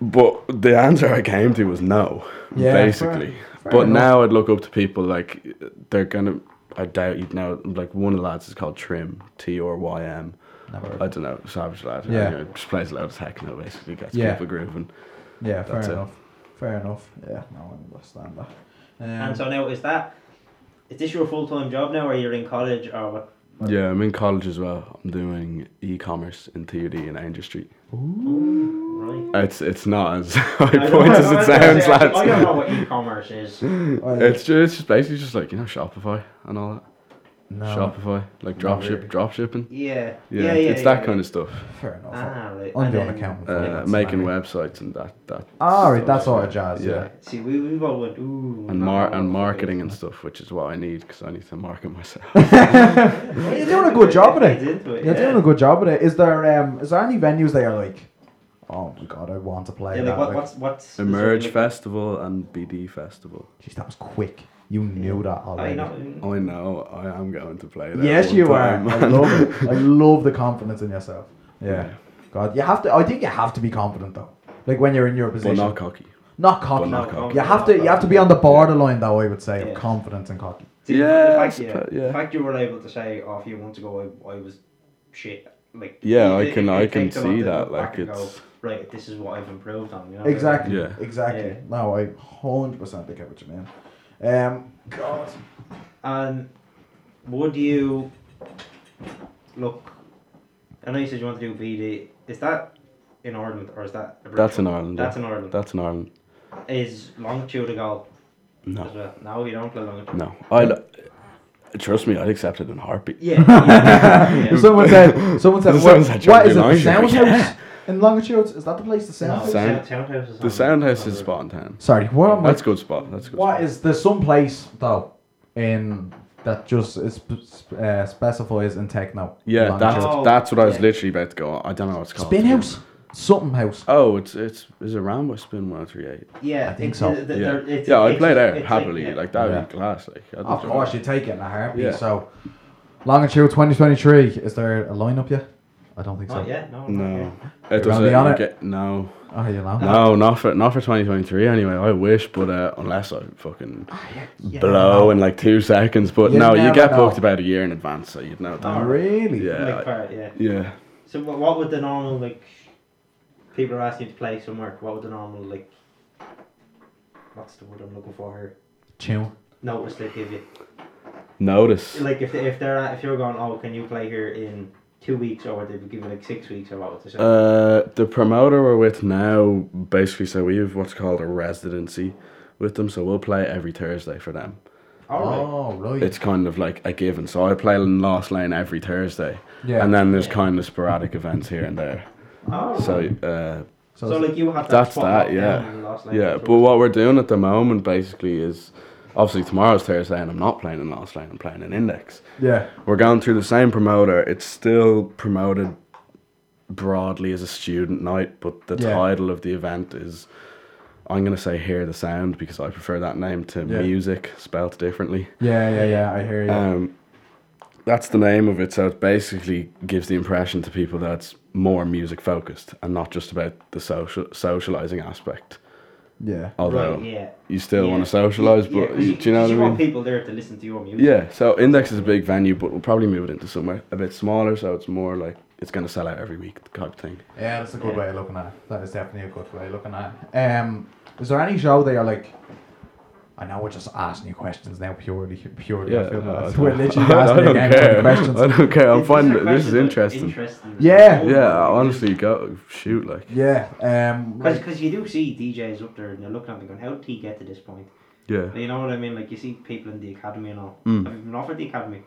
Speaker 3: But the answer I came to was no,
Speaker 2: Yeah, fair-
Speaker 3: basically.
Speaker 2: fair
Speaker 3: but
Speaker 2: enough.
Speaker 3: now I'd look up to people like they're going to. I doubt you'd know. Like one of the lads is called Trim, T or Y M.
Speaker 2: Never.
Speaker 3: I don't know, savage lad.
Speaker 2: Yeah.
Speaker 3: You know, just plays a lot of techno, basically gets
Speaker 2: Yeah.
Speaker 3: people grooving.
Speaker 2: yeah. Fair
Speaker 3: that's it.
Speaker 2: enough. Fair enough. Yeah. No, I understand that. Um,
Speaker 1: And so now is that? Is this your full time job now, or you're in college, or what?
Speaker 3: Yeah, I'm in college as well. I'm doing e-commerce in TUD in Angel Street.
Speaker 1: Oh, Right.
Speaker 3: It's it's not as
Speaker 1: I
Speaker 3: high
Speaker 1: don't
Speaker 3: points
Speaker 1: know-
Speaker 3: Uh, as
Speaker 1: I
Speaker 3: it
Speaker 1: was gonna
Speaker 3: sounds,
Speaker 1: say, actually, I don't know
Speaker 3: lads.
Speaker 1: what e-commerce is.
Speaker 2: I-
Speaker 3: It's just, it's just basically just like you know Shopify and all that.
Speaker 2: no,
Speaker 3: Shopify, like drop
Speaker 2: Not
Speaker 3: ship,
Speaker 2: really.
Speaker 3: drop shipping.
Speaker 1: Yeah.
Speaker 3: Yeah,
Speaker 1: Yeah, yeah.
Speaker 3: it's that kind of stuff.
Speaker 2: fair enough.
Speaker 1: Ah, right.
Speaker 2: I'm
Speaker 1: And
Speaker 2: doing
Speaker 1: then-
Speaker 2: accounting.
Speaker 3: Uh,
Speaker 2: finance,
Speaker 3: making
Speaker 2: right.
Speaker 3: websites and that that.
Speaker 2: Ah, right, that
Speaker 3: stuff,
Speaker 2: sort of jazz. Yeah.
Speaker 3: Yeah.
Speaker 1: See, we we both went ooh.
Speaker 3: And
Speaker 1: no,
Speaker 3: mar
Speaker 1: no,
Speaker 3: and
Speaker 1: no,
Speaker 3: marketing and stuff, which is what I need because I need to market myself.
Speaker 1: no.
Speaker 2: You're doing a good job at it.
Speaker 1: It's into it,
Speaker 2: You're
Speaker 1: yeah.
Speaker 2: doing a good job with it. Is there um is there any venues that are like, oh my god, I want to play
Speaker 1: Yeah, like
Speaker 2: that?
Speaker 1: what,
Speaker 2: like,
Speaker 1: what's what's
Speaker 3: Emerge
Speaker 1: fast.
Speaker 3: Festival and BD Festival.
Speaker 2: Jeez, that was quick. You knew that
Speaker 1: I
Speaker 2: already.
Speaker 1: know.
Speaker 3: I know I am going to play that.
Speaker 2: Yes,
Speaker 3: one
Speaker 2: you are.
Speaker 3: time,
Speaker 2: I
Speaker 3: man.
Speaker 2: love it. I love the confidence in yourself. Yeah.
Speaker 3: Yeah.
Speaker 2: God, you have to. I think you have to be confident though. Like when you're in your
Speaker 3: But
Speaker 2: position,
Speaker 3: not cocky.
Speaker 2: not cocky.
Speaker 3: not cocky.
Speaker 2: You have to. You have to be on the borderline though. I would say of
Speaker 1: Yeah.
Speaker 2: confidence and cocky.
Speaker 1: See,
Speaker 3: Yeah,
Speaker 1: the
Speaker 3: I
Speaker 1: fact, yeah,
Speaker 3: suppo- yeah.
Speaker 1: the fact you were able to say oh, a few months ago I, I was shit. Like
Speaker 3: Yeah,
Speaker 1: it-
Speaker 3: I can-
Speaker 1: it-
Speaker 3: I
Speaker 1: it
Speaker 3: can
Speaker 1: takes a lot
Speaker 3: see
Speaker 1: to
Speaker 3: that,
Speaker 1: look
Speaker 3: like,
Speaker 1: back and go,
Speaker 3: it's-
Speaker 1: right. This is what I've improved on. You know?
Speaker 2: Exactly.
Speaker 3: Yeah.
Speaker 2: Exactly.
Speaker 1: Yeah.
Speaker 2: No, I hundred percent get what you mean. Um, God.
Speaker 1: And would you look? I know you said you want to do BD. Is that in Ireland or is that? a British
Speaker 3: That's in
Speaker 1: one?
Speaker 3: Ireland.
Speaker 1: That's
Speaker 3: That's,
Speaker 1: in Ireland.
Speaker 3: that's in Ireland.
Speaker 1: Is longitude a goal
Speaker 3: No.
Speaker 1: as well? No, you don't play longitude.
Speaker 3: No, I trust me. I'd accept it in a heartbeat.
Speaker 1: Yeah. yeah, yeah.
Speaker 2: Someone said. Someone said.
Speaker 3: This
Speaker 2: What,
Speaker 3: sounds like
Speaker 2: what is it?
Speaker 3: Johnny
Speaker 2: The sound
Speaker 3: Longshore."
Speaker 2: house in Longitudes? Is that the place? The sound.
Speaker 1: No,
Speaker 2: house?
Speaker 3: Sound-
Speaker 1: sound- Soundhouse is
Speaker 3: The
Speaker 1: on-
Speaker 3: Soundhouse
Speaker 1: on
Speaker 3: is
Speaker 1: the-
Speaker 3: spot on town.
Speaker 2: Sorry. What am I
Speaker 3: That's a good spot. That's a good.
Speaker 2: What
Speaker 3: spot.
Speaker 2: is there's some place though in that just is, sp- uh, specifies in techno?
Speaker 3: Yeah,
Speaker 2: Long
Speaker 3: that's
Speaker 2: shot.
Speaker 1: Oh,
Speaker 3: that's what I was
Speaker 1: yeah.
Speaker 3: literally about to go. on. I don't know what it's called.
Speaker 2: spin house, something house.
Speaker 3: Oh, it's it's is it round by spin one three eight.
Speaker 1: Yeah,
Speaker 2: I think
Speaker 1: it's-
Speaker 2: so.
Speaker 1: it- it-
Speaker 3: Yeah,
Speaker 1: there- it's-
Speaker 3: yeah. I
Speaker 1: it's-
Speaker 3: play there
Speaker 1: it's
Speaker 3: happily.
Speaker 1: yeah.
Speaker 3: Like that would
Speaker 2: Yeah.
Speaker 3: be class. Like I'd
Speaker 2: Of
Speaker 3: enjoy
Speaker 2: course,
Speaker 3: it.
Speaker 2: you take it in a heartbeat.
Speaker 3: Yeah.
Speaker 2: So, longitude 2023. Is there a lineup yet? I don't think so.
Speaker 1: Not yet, Oh, no. not
Speaker 3: No,
Speaker 1: yet.
Speaker 3: it
Speaker 2: gonna be on it?
Speaker 3: doesn't get no,
Speaker 2: Oh, you know.
Speaker 3: no, not for not for twenty twenty three. Anyway, I wish, but uh, unless I fucking
Speaker 1: Ah, yeah.
Speaker 3: blow in like two seconds. But
Speaker 2: You
Speaker 3: no, you
Speaker 2: never
Speaker 3: get
Speaker 2: know.
Speaker 3: booked about a year in advance, so you'd know.
Speaker 2: Oh,
Speaker 3: That.
Speaker 2: really?
Speaker 3: Yeah.
Speaker 1: Like part, uh, yeah.
Speaker 3: Yeah.
Speaker 1: So wha- what would the normal like? People are asking you to play somewhere. What would the normal like? What's the word I'm looking for here?
Speaker 2: Tune.
Speaker 1: Notice they give you.
Speaker 3: Notice.
Speaker 1: Like if they, if they're at- if you're going, oh, can you play here in two weeks or would they give you like six weeks or what would they say?
Speaker 3: Uh, the promoter we're with now basically so we have what's called a residency with them, so we'll play every Thursday for them.
Speaker 1: All right.
Speaker 2: Oh, right.
Speaker 3: It's kind of like a given. So I play in Lost Lane every Thursday,
Speaker 2: yeah.
Speaker 3: and then there's
Speaker 1: Yeah.
Speaker 3: kind of sporadic events here and there.
Speaker 1: Oh.
Speaker 3: So uh,
Speaker 1: so,
Speaker 2: so, it's-
Speaker 1: like you have that
Speaker 3: that's
Speaker 1: spot
Speaker 3: that,
Speaker 1: locked
Speaker 3: yeah.
Speaker 1: down in the last night.
Speaker 3: yeah,
Speaker 1: That's
Speaker 3: but what we're doing at the moment basically is obviously tomorrow's Thursday, and I'm not playing in Lost Lane. I'm playing in Index.
Speaker 2: yeah.
Speaker 3: We're going through the same promoter. It's still promoted broadly as a student night, but the
Speaker 2: Yeah.
Speaker 3: title of the event is I'm gonna say hear the sound because I prefer that name to
Speaker 2: Yeah.
Speaker 3: music spelled differently.
Speaker 2: Yeah, yeah, yeah. I hear you.
Speaker 3: Um, that's the name of it, so it basically gives the impression to people that it's more music focused and not just about the social socializing aspect.
Speaker 2: yeah.
Speaker 3: Although
Speaker 1: Right, yeah.
Speaker 3: you still
Speaker 1: Yeah.
Speaker 3: want to socialize,
Speaker 1: Yeah,
Speaker 3: but
Speaker 1: 'cause
Speaker 3: you, do you know
Speaker 1: 'cause
Speaker 3: what I
Speaker 1: you want
Speaker 3: mean?
Speaker 1: people there to listen to your music.
Speaker 3: Yeah. So Index is a big venue, but we'll probably move it into somewhere a bit smaller, so it's more like it's gonna sell out every week type thing.
Speaker 2: Yeah, that's a good
Speaker 1: Yeah.
Speaker 2: way of looking at it. That is definitely a good way of looking at it. Um, is there any show that you're like, I know we're just asking you questions now purely, purely. I
Speaker 3: uh,
Speaker 2: feel bad. we're literally asking you again
Speaker 3: care.
Speaker 2: questions.
Speaker 3: I don't care. I'm
Speaker 1: These- these are
Speaker 3: finding it- this
Speaker 1: questions
Speaker 3: is
Speaker 1: that are
Speaker 3: interesting.
Speaker 1: interesting.
Speaker 2: Yeah.
Speaker 3: Yeah, honestly, go shoot like.
Speaker 2: Yeah. Um, like,
Speaker 1: Because you do see DJs up there and you're looking at them going, how did he get to this point?
Speaker 3: Yeah.
Speaker 1: You know what I mean? Like, you see people in the academy and all.
Speaker 3: Mm.
Speaker 1: Have you been offered the academy?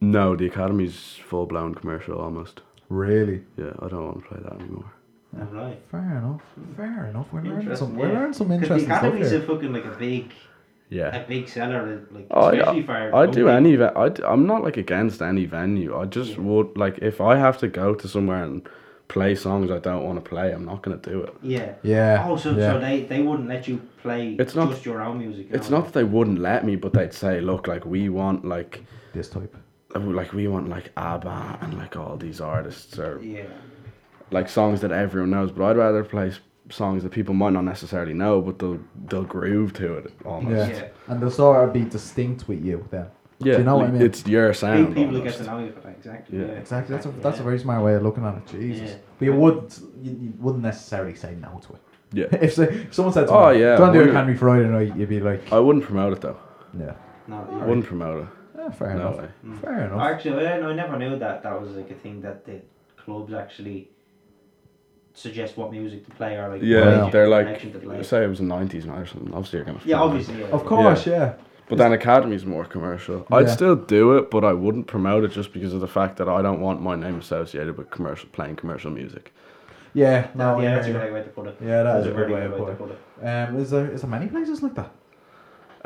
Speaker 3: No, the academy's full blown commercial almost.
Speaker 2: really.
Speaker 3: Yeah, I don't want to play that anymore.
Speaker 2: Yeah.
Speaker 1: Have I?
Speaker 2: Fair enough. Fair enough. We're learning
Speaker 1: Interesting,
Speaker 2: some. We're
Speaker 1: yeah.
Speaker 2: learning some
Speaker 1: Because the
Speaker 2: interesting stuff
Speaker 1: academy's a
Speaker 2: here.
Speaker 1: fucking, like, a big,
Speaker 3: Yeah.
Speaker 1: a big seller. Like,
Speaker 3: Oh, yeah.
Speaker 1: especially for.
Speaker 3: I do
Speaker 1: local-
Speaker 3: any event. I d- I'm not like against any venue. I just
Speaker 1: Yeah.
Speaker 3: would like if I have to go to somewhere and play songs I don't want to play. I'm not gonna do it.
Speaker 1: Yeah.
Speaker 2: Yeah.
Speaker 1: Oh, so,
Speaker 2: yeah.
Speaker 1: so they, they wouldn't let you play
Speaker 3: It's not-
Speaker 1: just your own music. you
Speaker 3: It's
Speaker 1: know?
Speaker 3: not that they wouldn't let me, but they'd say, look, like we want like
Speaker 2: this type.
Speaker 3: like we want like ABBA and like all these artists or
Speaker 1: Yeah.
Speaker 3: like songs that everyone knows, but I'd rather play s- songs that people might not necessarily know, but they'll they'll groove to it almost.
Speaker 2: Yeah.
Speaker 1: Yeah.
Speaker 2: And they'll sort of be distinct with you then.
Speaker 3: Yeah,
Speaker 2: Do you know what I mean?
Speaker 3: It's your
Speaker 1: Big
Speaker 3: sound.
Speaker 1: people who
Speaker 3: almost.
Speaker 1: get to know you for that, exactly.
Speaker 3: Yeah.
Speaker 1: Yeah.
Speaker 2: Exactly. That's a, that's a
Speaker 1: Yeah.
Speaker 2: very smart way of looking at it. Jesus.
Speaker 1: Yeah.
Speaker 2: But you wouldn't you, you wouldn't necessarily say no to it.
Speaker 3: Yeah.
Speaker 2: if, so, if someone said, to
Speaker 3: Oh,
Speaker 2: me, do
Speaker 3: yeah,
Speaker 2: you want to do
Speaker 3: wouldn't-
Speaker 2: Academy Friday night?" You'd be like,
Speaker 3: I wouldn't promote it though.
Speaker 2: "Yeah,
Speaker 1: No,
Speaker 3: I
Speaker 1: yeah.
Speaker 3: wouldn't promote it.
Speaker 2: yeah fair
Speaker 3: no
Speaker 2: enough,
Speaker 3: way.
Speaker 1: Mm.
Speaker 2: fair enough."
Speaker 1: Actually, I, I never knew that that was like a thing that the clubs actually suggest what music to play or like.
Speaker 3: Yeah,
Speaker 2: Wow.
Speaker 1: what
Speaker 3: they're
Speaker 1: direction to play.
Speaker 3: like say it was the nineties or something. Obviously, you're gonna.
Speaker 1: Yeah,
Speaker 3: promote it.
Speaker 1: obviously. Yeah.
Speaker 2: Of course, yeah.
Speaker 3: But then Academy's more commercial. I'd
Speaker 2: Yeah.
Speaker 3: still do it, but I wouldn't promote it just because of the fact that I don't want my name associated with commercial playing commercial music.
Speaker 2: yeah, yeah.
Speaker 1: No,
Speaker 2: No,
Speaker 1: yeah, that's a
Speaker 2: yeah.
Speaker 1: great way to put it.
Speaker 2: Yeah, that
Speaker 1: That's
Speaker 2: is a
Speaker 1: really
Speaker 2: good way of putting it. Um, is there is there many places like that?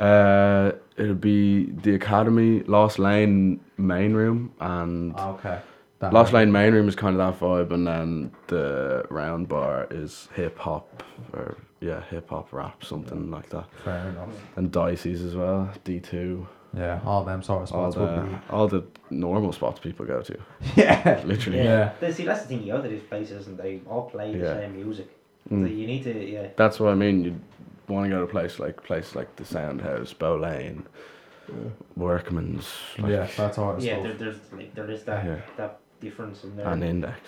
Speaker 3: Uh, it'd be the Academy, Lost Lane main room, and
Speaker 1: Ah,
Speaker 2: Okay. That
Speaker 3: Lost Lane main room is kind of that vibe, and then the round bar is hip hop or yeah, hip hop rap, something like that.
Speaker 2: Fair enough.
Speaker 3: And Dicey's as well, D two,
Speaker 2: Yeah, all them sort of
Speaker 3: all
Speaker 2: spots would
Speaker 3: the all the normal spots people go to,
Speaker 2: be. Yeah.
Speaker 3: literally.
Speaker 1: Yeah.
Speaker 2: Yeah.
Speaker 1: They- See, that's the thing. You go to these places and they all play the
Speaker 3: Yeah.
Speaker 1: same music. So
Speaker 3: Mm.
Speaker 1: you need to, yeah.
Speaker 3: That's what I mean. You want to go to a place like place like the Sound House, Bow Lane, Workman's, like,
Speaker 2: Yeah, that's all.
Speaker 1: Yeah,
Speaker 2: Yeah,
Speaker 1: there, there's like there is that
Speaker 3: Yeah.
Speaker 1: that difference in there.
Speaker 3: and Index,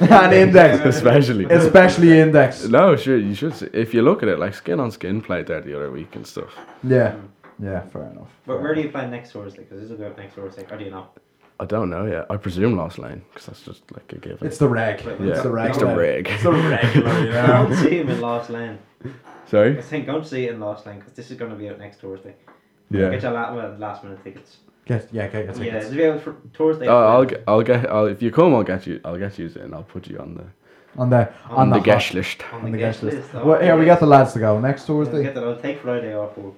Speaker 2: And Index.
Speaker 3: especially.
Speaker 2: especially Index.
Speaker 3: no, sure. You should see, if you look at it like Skin on Skin played there the other week and stuff.
Speaker 2: Yeah, yeah, fair enough.
Speaker 1: But
Speaker 2: fair
Speaker 1: hmm, where do
Speaker 2: enough.
Speaker 1: you plan next Thursday? Because this will go out next Thursday. Or do you know?
Speaker 3: I don't know yet. I presume Lost Lane because that's just like a given.
Speaker 2: It's the reg.
Speaker 1: Yeah,
Speaker 2: It's the reg.
Speaker 3: it's the
Speaker 2: then.
Speaker 3: reg.
Speaker 2: It's the regular, you
Speaker 1: Don't
Speaker 2: know.
Speaker 1: see him in Lost Lane. I
Speaker 3: Sorry.
Speaker 1: think don't see it in Lost Lane because this is going to be out next Thursday. Get
Speaker 3: Yeah.
Speaker 1: your la- well, last minute tickets.
Speaker 2: Get, yeah, get your
Speaker 1: Yeah,
Speaker 2: tickets.
Speaker 1: it's available for Thursday.
Speaker 3: Oh, I'll get, I'll get, I'll, if you come, I'll get you, I'll get you in. I'll put you on the,
Speaker 2: On the
Speaker 1: On
Speaker 2: on,
Speaker 3: the,
Speaker 2: the, hot-
Speaker 3: guest list.
Speaker 1: on,
Speaker 2: on the guest list.
Speaker 1: though.
Speaker 2: Well, here we got the lads to go next
Speaker 1: Yeah, we
Speaker 2: Thursday.
Speaker 1: get that. I'll take Friday off. We'll,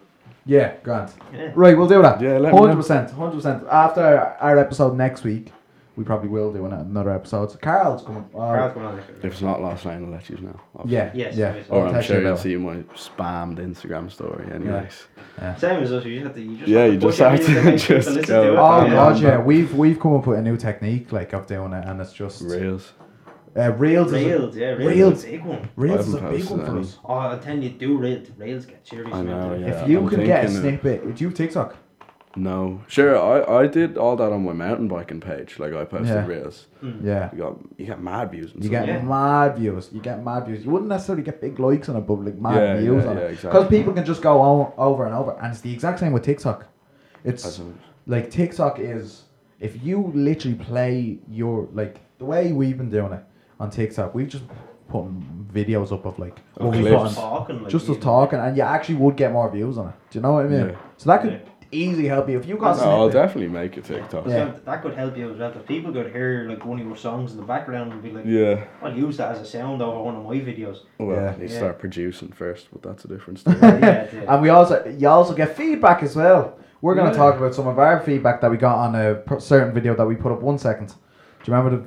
Speaker 2: Yeah, grand.
Speaker 1: yeah.
Speaker 2: Right, we'll do that.
Speaker 3: Yeah, let me know.
Speaker 2: hundred percent, hundred percent. After our episode next week, we probably will do an- another episode. So Carol's coming. Uh,
Speaker 1: Crowd's going on next week.
Speaker 3: If it's not Lost Lane, I'll let you know. obviously.
Speaker 2: Yeah,
Speaker 1: Yes,
Speaker 2: yeah.
Speaker 1: yes.
Speaker 3: Or
Speaker 2: I'll
Speaker 3: I'm
Speaker 2: text
Speaker 3: sure
Speaker 2: you
Speaker 3: you'll
Speaker 2: about it.
Speaker 3: see my spammed Instagram story. Anyways.
Speaker 1: Same as us. You just have to. You just
Speaker 3: Yeah,
Speaker 1: have to
Speaker 3: you
Speaker 1: push
Speaker 3: just
Speaker 1: it
Speaker 3: have
Speaker 1: in
Speaker 3: to
Speaker 1: and make people
Speaker 3: just
Speaker 1: listen
Speaker 3: go
Speaker 1: to it.
Speaker 2: Oh
Speaker 3: Yeah.
Speaker 2: god, yeah, we've we've come up with a new technique like of doing it, and it's just
Speaker 3: Reels.
Speaker 2: uh, reels. is a-
Speaker 1: Reels, yeah, reels.
Speaker 2: Reels.
Speaker 1: Reels. Big one.
Speaker 2: reels is a
Speaker 3: haven't
Speaker 2: big one
Speaker 3: posted
Speaker 2: for
Speaker 3: any.
Speaker 2: us.
Speaker 1: Oh, I'll tell you, do reels. Reels get serious.
Speaker 3: I know,
Speaker 1: now.
Speaker 3: yeah.
Speaker 2: if you
Speaker 3: I'm
Speaker 2: can get a
Speaker 3: thinking of-
Speaker 2: snippet, do you have TikTok?
Speaker 3: No. Sure, I, I did all that on my mountain biking page. Like I posted
Speaker 2: Yeah.
Speaker 3: reels.
Speaker 2: Yeah.
Speaker 3: You got you got mad views. And
Speaker 2: You
Speaker 3: stuff.
Speaker 2: get
Speaker 1: Yeah.
Speaker 2: mad views. You get mad views. You wouldn't necessarily get big likes on it, but like mad
Speaker 3: Yeah,
Speaker 2: views
Speaker 3: yeah,
Speaker 2: on
Speaker 3: yeah,
Speaker 2: it. Because
Speaker 3: exactly.
Speaker 2: people can just go on, over and over. And it's the exact same with TikTok.
Speaker 3: That's
Speaker 2: It's
Speaker 3: a-
Speaker 2: like TikTok is if you literally play your like the way we've been doing it on TikTok, we've just put videos up of like
Speaker 3: Of
Speaker 2: what we
Speaker 3: clips.
Speaker 2: put on-
Speaker 1: Talking, like,
Speaker 2: just us
Speaker 1: you-
Speaker 2: talking, and you actually would get more views on it. Do you know what I mean?
Speaker 3: Yeah.
Speaker 2: So that could easily help you if you got.
Speaker 3: No, I'll
Speaker 2: snippet-
Speaker 3: definitely make a TikTok.
Speaker 1: So
Speaker 2: Yeah.
Speaker 1: That could help you as well. If people could hear like one of your songs in the background and be like,
Speaker 3: Yeah.
Speaker 1: I'll use that as a sound over one of my videos.
Speaker 3: Well,
Speaker 2: Yeah.
Speaker 3: I need to
Speaker 1: Yeah.
Speaker 3: start producing first, but that's a different story.
Speaker 1: Yeah, yeah.
Speaker 2: and we also you also get feedback as well. We're gonna
Speaker 3: Yeah.
Speaker 2: talk about some of our feedback that we got on a pr- certain video that we put up one second. Do you remember the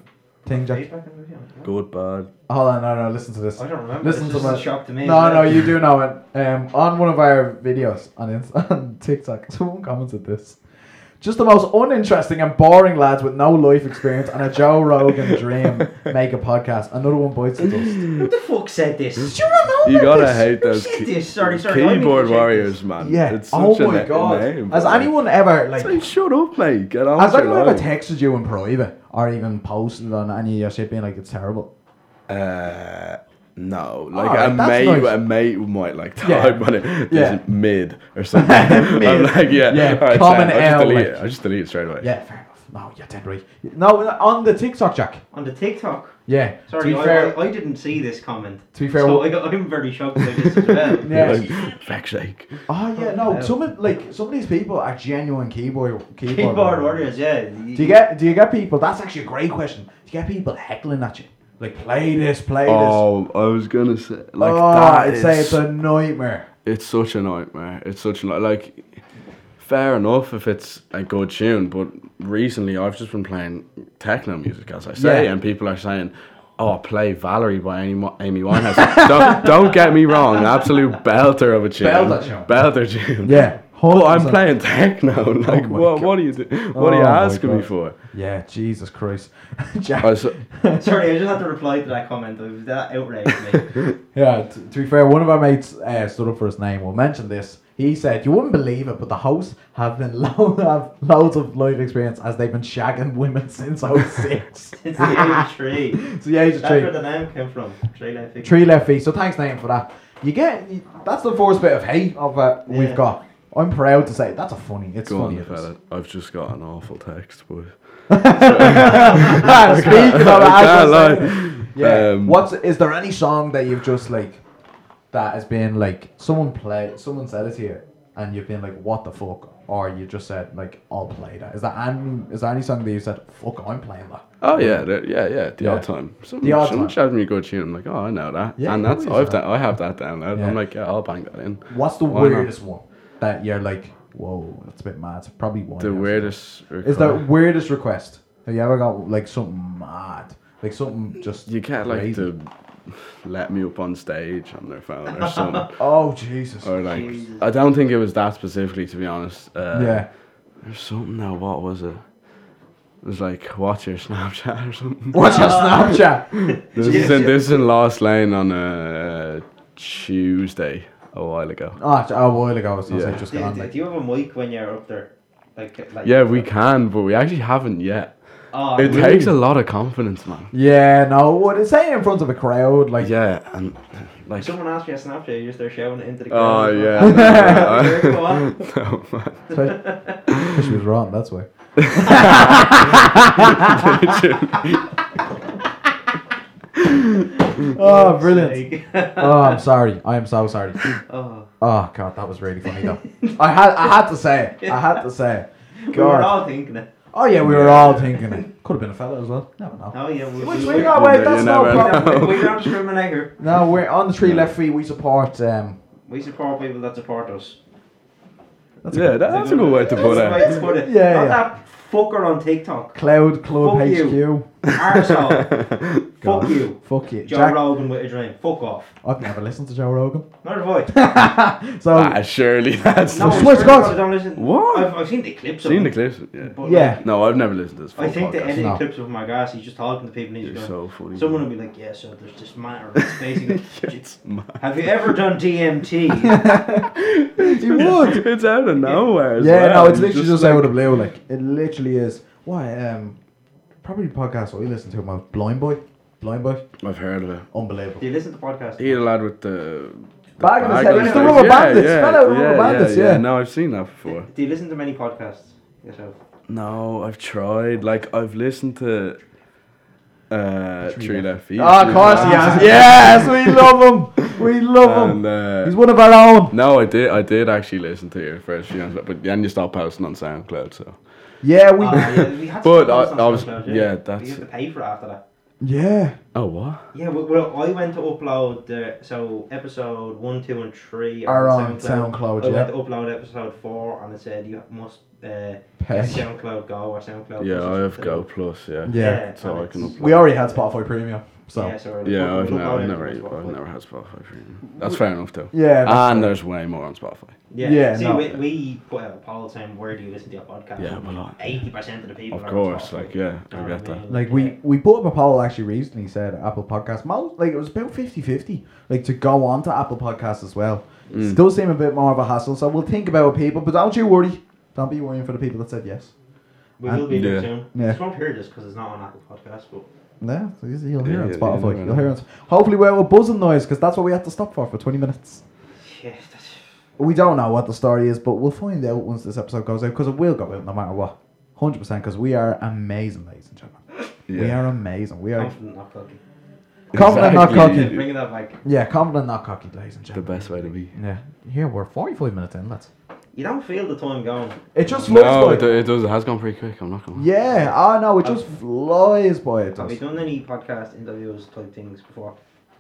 Speaker 2: thing, Jack.
Speaker 1: Feedback and review.
Speaker 3: Good, bad.
Speaker 2: Hold on, no, no, listen to this.
Speaker 3: Oh,
Speaker 1: I don't remember.
Speaker 2: Listen
Speaker 1: Listen
Speaker 2: to
Speaker 1: this is a
Speaker 2: my-
Speaker 1: shock to me.
Speaker 2: No,
Speaker 1: but-
Speaker 2: no, you do know it. Um, on one of our videos on, Inst- on TikTok, someone commented this. Just the most uninteresting and boring lads with no life experience and a Joe Rogan dream make a podcast. Another one bites the dust.
Speaker 1: Who the fuck said this? Did you
Speaker 3: You gotta hate
Speaker 1: Who
Speaker 3: those
Speaker 1: said
Speaker 3: key-
Speaker 1: this? Sorry, sorry, I need to
Speaker 3: keyboard
Speaker 1: check this.
Speaker 3: warriors, man.
Speaker 2: Yeah.
Speaker 3: It's such
Speaker 2: oh
Speaker 3: a
Speaker 2: my
Speaker 3: na-
Speaker 2: god.
Speaker 3: name,
Speaker 2: Has
Speaker 3: but,
Speaker 2: anyone ever like?
Speaker 3: like, Say, shut up, mate. Get on
Speaker 2: Has
Speaker 3: with
Speaker 2: anyone
Speaker 3: your
Speaker 2: ever
Speaker 3: life.
Speaker 2: texted you in private or even posted on any of your shit being like it's terrible?
Speaker 3: Uh, no, like
Speaker 2: Alright,
Speaker 3: a
Speaker 2: Oh, that's
Speaker 3: mate,
Speaker 2: nice.
Speaker 3: a mate might like type
Speaker 2: Yeah.
Speaker 3: on it. Is
Speaker 2: Yeah.
Speaker 3: it mid or something. I'm like, yeah,
Speaker 2: Yeah,
Speaker 3: alright,
Speaker 2: common
Speaker 3: Sam, I just
Speaker 2: L,
Speaker 3: delete
Speaker 2: like-
Speaker 3: it. I just delete it straight away.
Speaker 2: Yeah, fair enough. No, you're dead right. No, on the TikTok, Jack.
Speaker 1: On the TikTok.
Speaker 2: Yeah. Hmm? to
Speaker 1: Sorry,
Speaker 2: be
Speaker 1: I,
Speaker 2: fair,
Speaker 1: I, I didn't see this comment.
Speaker 2: to be fair,
Speaker 1: so I got, I'm very shocked by this as well.
Speaker 2: Yeah.
Speaker 3: Like, fact shake.
Speaker 2: Oh yeah, no. Some of, like some of these people are genuine keyboard keyboard,
Speaker 1: Keyboard
Speaker 2: warriors.
Speaker 1: warriors, yeah.
Speaker 2: Do you get do you get people? That's actually a great question. Do you get people heckling at you? Like play this, play this.
Speaker 3: Oh, I was gonna say like
Speaker 2: oh,
Speaker 3: that
Speaker 2: I'd
Speaker 3: is-
Speaker 2: say it's a nightmare.
Speaker 3: it's such a nightmare. It's such a night- like. Fair enough if it's a good tune, but recently I've just been playing techno music, as I say,
Speaker 2: Yeah.
Speaker 3: and people are saying, "Oh, play Valerie by Amy Wi- Amy Winehouse." don't don't get me wrong, absolute belter of a tune,
Speaker 2: Belter tune.
Speaker 3: belter tune.
Speaker 2: Yeah.
Speaker 3: Well, I'm
Speaker 2: 100%.
Speaker 3: playing techno. Like,
Speaker 2: my
Speaker 3: what?
Speaker 2: God.
Speaker 3: What are you? Do- what are
Speaker 2: Oh
Speaker 3: you
Speaker 2: my
Speaker 3: asking me
Speaker 2: God.
Speaker 3: for?
Speaker 2: Yeah, Jesus Christ. Jack,
Speaker 3: I was-
Speaker 1: Sorry, I just had to reply to that comment. I was- That outraged me.
Speaker 2: yeah, t- to be fair, one of our mates uh, stood up for his name. We'll mention this. He said, "You wouldn't believe it, but the hosts have been lo- have loads of life experience as they've been shagging women since 06.
Speaker 1: It's the age tree.
Speaker 2: so yeah, he's
Speaker 1: That's
Speaker 2: a tree.
Speaker 1: where the name came from. Tree left. feet.
Speaker 2: Tree left feet. So thanks, Nathan, for that. You get you- that's the first bit of hate of uh, we've
Speaker 1: Yeah.
Speaker 2: got. I'm proud to say that's a funny. It's
Speaker 3: go
Speaker 2: funny.
Speaker 3: on, fella. I've just got an awful text, boy.
Speaker 2: Speaking of
Speaker 3: I can't
Speaker 2: that,
Speaker 3: lie.
Speaker 2: yeah.
Speaker 3: Um,
Speaker 2: What's is there any song that you've just like that has been like someone play someone said it here and you've been like what the fuck or you just said like I'll play that. Is that any is there any song that you said fuck I'm playing that?
Speaker 3: Oh yeah, the, yeah, yeah. The
Speaker 2: Yeah.
Speaker 3: odd time. Someone,
Speaker 2: The odd
Speaker 3: someone
Speaker 2: time.
Speaker 3: shows me a good tune. I'm like, oh, I know that.
Speaker 2: Yeah,
Speaker 3: and
Speaker 2: you
Speaker 3: that's
Speaker 2: always
Speaker 3: I've
Speaker 2: know.
Speaker 3: that, I have that download.
Speaker 2: Yeah. Oh,
Speaker 3: I'm like, yeah, I'll bang that in.
Speaker 2: What's the
Speaker 3: Why not?
Speaker 2: weirdest one that you're like whoa that's a bit mad. It's probably one.
Speaker 3: The
Speaker 2: yeah.
Speaker 3: weirdest.
Speaker 2: Is
Speaker 3: request-
Speaker 2: the weirdest request? Have you ever got like something mad? Like something just
Speaker 3: you get like
Speaker 2: crazy?
Speaker 3: the let me up on stage on their phone or something.
Speaker 2: Oh Jesus.
Speaker 3: or like,
Speaker 1: Jesus.
Speaker 3: I don't think it was that specifically, to be honest. Uh,
Speaker 2: yeah.
Speaker 3: There's something now. What was it? It was like watch your Snapchat or something.
Speaker 2: What's your Snapchat?
Speaker 3: This is in this is in Lost Lane on a Tuesday a while ago.
Speaker 2: oh, it's a while ago, so yeah.
Speaker 3: Yeah.
Speaker 2: just
Speaker 1: Do,
Speaker 2: gone.
Speaker 1: do,
Speaker 2: Like,
Speaker 1: do you have a mic when you're up there? Like, like
Speaker 3: Yeah, we can, but we actually haven't yet.
Speaker 1: Oh,
Speaker 3: It
Speaker 1: really?
Speaker 3: takes a lot of confidence, man.
Speaker 2: yeah, no. What it's saying in front of a crowd, like
Speaker 3: Yeah, and like
Speaker 1: Someone asked me a Snapchat. You're just there shouting it into the.
Speaker 3: oh
Speaker 1: camera.
Speaker 3: yeah.
Speaker 1: Go on.
Speaker 3: No, man.
Speaker 2: especially she was wrong. That's why. oh, brilliant. Oh, I'm sorry. I am so sorry.
Speaker 1: oh,
Speaker 2: Oh god, that was really funny though. I had I had to say it. I had to say
Speaker 1: we
Speaker 2: it.
Speaker 1: were
Speaker 2: God.
Speaker 1: all thinking it.
Speaker 2: Oh yeah, we were all thinking it. Could have been a fella as well. Never know.
Speaker 1: Oh yeah, we,
Speaker 2: Which
Speaker 1: we,
Speaker 2: way
Speaker 1: we,
Speaker 2: you got away?
Speaker 3: You
Speaker 2: That's no
Speaker 3: never
Speaker 2: problem.
Speaker 3: know.
Speaker 1: we, we don't discriminate here.
Speaker 2: No, we're on the three left feet. We support. Um,
Speaker 1: We support people that support us.
Speaker 2: that's
Speaker 3: Yeah,
Speaker 2: yeah,
Speaker 3: that- that's a good way to
Speaker 1: That's
Speaker 3: put
Speaker 1: the way
Speaker 3: it.
Speaker 1: to put it.
Speaker 2: Yeah,
Speaker 1: Not
Speaker 2: yeah.
Speaker 1: that fucker on TikTok.
Speaker 2: Cloud Club
Speaker 1: Fuck
Speaker 2: HQ.
Speaker 1: you. Arsehole.
Speaker 2: God.
Speaker 1: Fuck you.
Speaker 2: Fuck you,
Speaker 1: Joe
Speaker 2: Jack.
Speaker 1: Rogan with a dream. Fuck off.
Speaker 2: I've never listened to Joe Rogan.
Speaker 1: Not a voice.
Speaker 2: So
Speaker 3: Ah, surely that's
Speaker 1: No,
Speaker 2: swear
Speaker 1: I'm
Speaker 2: to
Speaker 1: sure
Speaker 2: God.
Speaker 1: I don't listen.
Speaker 3: What?
Speaker 1: I've, I've seen the clips of
Speaker 3: seen the
Speaker 1: him,
Speaker 3: clips. Yeah.
Speaker 1: but,
Speaker 2: Yeah.
Speaker 1: like,
Speaker 3: No, I've never listened to this. Full
Speaker 1: I think the
Speaker 3: podcast.
Speaker 1: editing
Speaker 2: No.
Speaker 1: clips of my guys, he's just talking to people and he's
Speaker 3: You're
Speaker 1: going,
Speaker 3: so funny.
Speaker 1: someone will be like, yeah, so there's this matter. It's basically,
Speaker 3: it's mad.
Speaker 1: have you ever done DMT?
Speaker 2: you would.
Speaker 3: It's out of nowhere. as
Speaker 2: Yeah,
Speaker 3: well.
Speaker 2: no, it's literally just,
Speaker 3: like-
Speaker 2: out of the blue. Like it literally is. Why? Um, probably the podcast we listen to about Blind Boy. Blind Boy,
Speaker 3: I've heard of it.
Speaker 1: Do
Speaker 2: unbelievable.
Speaker 1: you listen to podcasts?
Speaker 3: He had a lad with the. the
Speaker 2: Bag on his
Speaker 3: bag
Speaker 2: head.
Speaker 3: on
Speaker 2: He's
Speaker 3: his
Speaker 2: the
Speaker 3: head.
Speaker 2: rubber
Speaker 3: Yeah,
Speaker 2: bandits.
Speaker 3: yeah,
Speaker 2: Fell out of rubber
Speaker 3: yeah,
Speaker 2: bandits, yeah.
Speaker 3: No, I've seen that before.
Speaker 1: Do, do you listen to many podcasts yourself?
Speaker 3: No, I've tried. Like I've listened to. Uh,
Speaker 2: Tree
Speaker 3: Tree
Speaker 2: Left
Speaker 3: Left Feet.
Speaker 2: Ah, of course, yes, yes, we love him. We love him.
Speaker 3: And, uh,
Speaker 2: He's one of our own.
Speaker 3: no, I did. I did actually listen to your first few, ones, but then you stopped posting on SoundCloud. So
Speaker 2: Yeah, we.
Speaker 1: Ah, yeah, we had to
Speaker 3: But
Speaker 1: post
Speaker 3: I-
Speaker 1: on
Speaker 3: I was-
Speaker 1: SoundCloud,
Speaker 3: yeah,
Speaker 1: But
Speaker 3: that's-
Speaker 1: You have to pay for it after that.
Speaker 2: Yeah.
Speaker 3: Oh what?
Speaker 1: Yeah, well, well, I went to upload the so episode one, two, and three
Speaker 2: Are on SoundCloud,
Speaker 1: I
Speaker 2: yeah.
Speaker 1: went to upload episode four, and it said you must uh, get
Speaker 2: Pay.
Speaker 1: SoundCloud Go or
Speaker 2: Oh,
Speaker 1: SoundCloud. Plus
Speaker 3: Yeah,
Speaker 1: or
Speaker 3: I have
Speaker 1: something.
Speaker 3: Go Plus. Yeah.
Speaker 2: Yeah.
Speaker 3: That's all
Speaker 1: and
Speaker 3: I can
Speaker 1: it's-
Speaker 3: upload.
Speaker 2: We already had Spotify Premium, so.
Speaker 1: Yeah, so
Speaker 3: Yeah,
Speaker 1: we
Speaker 3: I've, never,
Speaker 1: uploaded
Speaker 3: I've never,
Speaker 1: it to
Speaker 3: I've
Speaker 1: Spotify.
Speaker 3: never had Spotify Premium. That's fair enough though.
Speaker 2: Yeah. that's
Speaker 3: and
Speaker 2: fair.
Speaker 3: there's way more on Spotify.
Speaker 1: Yeah,
Speaker 2: Yeah,
Speaker 1: See,
Speaker 2: no.
Speaker 1: we, we put out a poll saying where do you listen to your podcast?
Speaker 3: Yeah, well, I-
Speaker 1: eighty percent of the people.
Speaker 3: Of
Speaker 1: are on
Speaker 3: course,
Speaker 1: Spotify.
Speaker 3: like yeah,
Speaker 1: You know
Speaker 3: I
Speaker 1: what
Speaker 3: get that.
Speaker 1: mean?
Speaker 2: Like we, we put up a poll actually recently said Apple Podcasts most like it was about 50-50 like to go on to Apple Podcasts as well.
Speaker 3: Mm.
Speaker 2: Still seem a bit more of a hassle, so we'll think about it, people. But don't you worry, don't be worrying for the people that said yes.
Speaker 1: we will be
Speaker 3: Yeah.
Speaker 1: doing soon.
Speaker 2: Yeah.
Speaker 1: Just won't hear this because it's not on Apple Podcasts, but
Speaker 2: Yeah, so you- you'll hear
Speaker 3: Yeah,
Speaker 2: on
Speaker 3: yeah,
Speaker 2: Spotify.
Speaker 3: yeah,
Speaker 2: you'll hear on. Hopefully, we're a buzzing noise because that's what we had to stop for for twenty minutes.
Speaker 1: yeah, that's,
Speaker 2: We don't know what the story is, but we'll find out once this episode goes out because it will go out no matter what, hundred percent. Because we are amazing, ladies and gentlemen. We
Speaker 3: Yeah.
Speaker 2: are amazing. We are
Speaker 1: confident, not cocky.
Speaker 2: confident, not
Speaker 3: Exactly.
Speaker 2: cocky.
Speaker 1: Bringing that back,
Speaker 2: Yeah, confident, not cocky, ladies and
Speaker 3: The
Speaker 2: gentlemen.
Speaker 3: best way to be.
Speaker 2: Yeah, here we're forty-five minutes in. Let's.
Speaker 1: you don't feel the time going.
Speaker 2: It just flies
Speaker 3: No,
Speaker 2: by.
Speaker 3: it, do- it does. It has gone pretty quick. I'm not gonna. lie.
Speaker 2: yeah, oh no, it just flies by. It
Speaker 1: Have
Speaker 2: does.
Speaker 1: you done any podcast interviews type things before?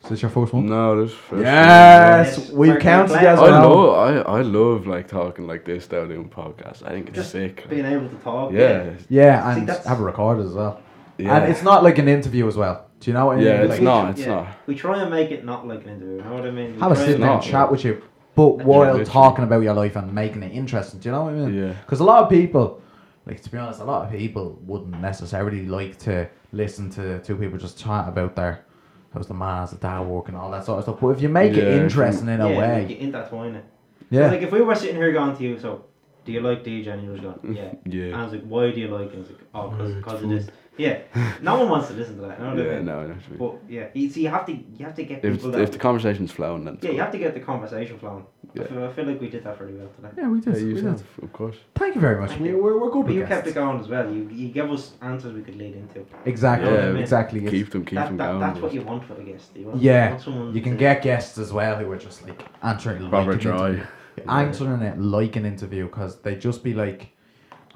Speaker 2: Is this your first one?
Speaker 3: No, this. first one,
Speaker 2: Yes,
Speaker 1: Yes,
Speaker 2: we've
Speaker 1: we're
Speaker 2: counted
Speaker 1: glad-
Speaker 2: as
Speaker 3: yeah.
Speaker 2: well.
Speaker 3: I love. I, I love like talking like this though doing podcasts. I think it's
Speaker 1: Just
Speaker 3: sick.
Speaker 1: Being able to talk.
Speaker 3: Yeah.
Speaker 2: Yeah,
Speaker 1: See,
Speaker 2: and
Speaker 1: that's-
Speaker 2: have it recorded as well.
Speaker 3: Yeah.
Speaker 2: And it's not like an interview as well. Do you know what I mean?
Speaker 3: Yeah, it's
Speaker 2: Like,
Speaker 3: not, it's not.
Speaker 1: We try and make it not like an interview. You know what I mean? We
Speaker 2: Have a
Speaker 1: try
Speaker 2: sit
Speaker 1: and-
Speaker 2: down
Speaker 3: not.
Speaker 2: and chat with you, but while
Speaker 3: literally.
Speaker 2: talking about your life and making it interesting. Do you know what I mean?
Speaker 3: Yeah.
Speaker 2: Because a lot of people, like to be honest, a lot of people wouldn't necessarily like to listen to two people just chat about their how's the man's the dad work and all that sort of stuff. But if you make
Speaker 3: Yeah, if
Speaker 2: it
Speaker 3: you-
Speaker 2: interesting in a
Speaker 1: yeah,
Speaker 2: way,
Speaker 1: Like you intertwine it.
Speaker 2: yeah,
Speaker 1: Like if we were sitting here going to you, so do you like DJ? And you was going, yeah. And I
Speaker 3: yeah.
Speaker 1: was like, why do you like it? I was like, oh, because
Speaker 3: Mm,
Speaker 1: of this. Yeah. No one wants to listen to that. You know what I
Speaker 3: Yeah.
Speaker 1: mean?
Speaker 3: No. I know what you mean.
Speaker 1: But yeah, you see, you have to you have to get
Speaker 3: If
Speaker 1: people
Speaker 3: if the
Speaker 1: that.
Speaker 3: conversation's flowing, then it's
Speaker 1: Yeah, you
Speaker 3: cool.
Speaker 1: have to get the conversation flowing.
Speaker 3: Yeah.
Speaker 1: I, feel, I feel like we did that pretty well today.
Speaker 2: yeah, we
Speaker 3: Yeah,
Speaker 2: did. we
Speaker 3: you
Speaker 2: did.
Speaker 3: said, of course.
Speaker 2: Thank you very much.
Speaker 1: Thank
Speaker 2: We,
Speaker 1: you.
Speaker 2: we're, we're good.
Speaker 1: But
Speaker 2: with
Speaker 1: you kept
Speaker 2: guests.
Speaker 1: it going as well. You, you gave us answers we could lead into.
Speaker 2: Exactly.
Speaker 1: Yeah,
Speaker 3: we-
Speaker 2: exactly. It's-
Speaker 3: Keep them, keep
Speaker 1: That,
Speaker 3: them
Speaker 1: that,
Speaker 3: going.
Speaker 1: that's what you want for the guest. You want,
Speaker 2: Yeah,
Speaker 1: you, want someone
Speaker 2: You can
Speaker 1: to-
Speaker 2: get guests as well who are just like answering like
Speaker 3: Proper
Speaker 2: an
Speaker 3: dry.
Speaker 2: interview. answering it like an interview because they just be like,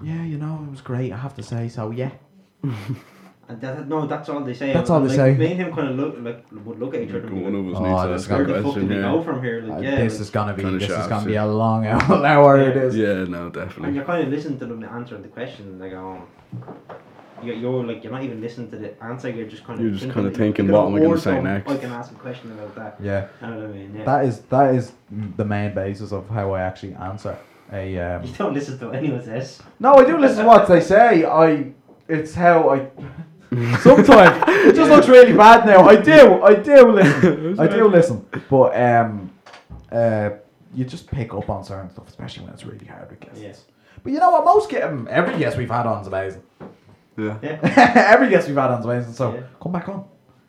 Speaker 2: yeah, you know, it was great. I have to say so. Yeah,
Speaker 1: And that, that- no, that's all they say.
Speaker 2: That's all they
Speaker 1: like,
Speaker 2: say.
Speaker 1: Me and him kind of look like would look at each other. and be like,
Speaker 3: One of us
Speaker 2: Oh,
Speaker 3: needs to
Speaker 2: this
Speaker 3: ask
Speaker 2: guy
Speaker 3: a
Speaker 1: Where the fuck
Speaker 3: question
Speaker 1: did we
Speaker 3: here.
Speaker 1: go from here?
Speaker 2: Uh,
Speaker 1: Like, yeah,
Speaker 2: this
Speaker 1: like-
Speaker 2: is gonna be
Speaker 3: Kinda
Speaker 2: this is
Speaker 3: shafts
Speaker 2: gonna be
Speaker 3: it.
Speaker 2: a long hour, hour it
Speaker 1: Yeah.
Speaker 2: is.
Speaker 3: Yeah, no,
Speaker 1: and
Speaker 3: definitely.
Speaker 1: you're kind of listening to them answering the question, and they go, you're, you're like you're not even listening to the answer. You're just kind of
Speaker 3: You're just kinda thinking, what am I gonna say next?
Speaker 1: I can ask a question about that.
Speaker 2: Yeah,
Speaker 1: You know what I mean? Yeah.
Speaker 2: that is that is mm, the main basis of how I actually answer a. Um,
Speaker 1: you don't listen to what anyone says.
Speaker 2: No, I do listen to what they say. I it's how I sometimes it just looks really bad now. I do, I do listen, I do listen, but um, uh, you just pick up on certain stuff, especially when it's really hard with guests.
Speaker 1: Yeah.
Speaker 2: But you know what? Most get um, every guest we've had on's amazing.
Speaker 3: Yeah.
Speaker 1: Yeah.
Speaker 2: every guest we've had on's amazing. So
Speaker 1: Yeah.
Speaker 2: come back on,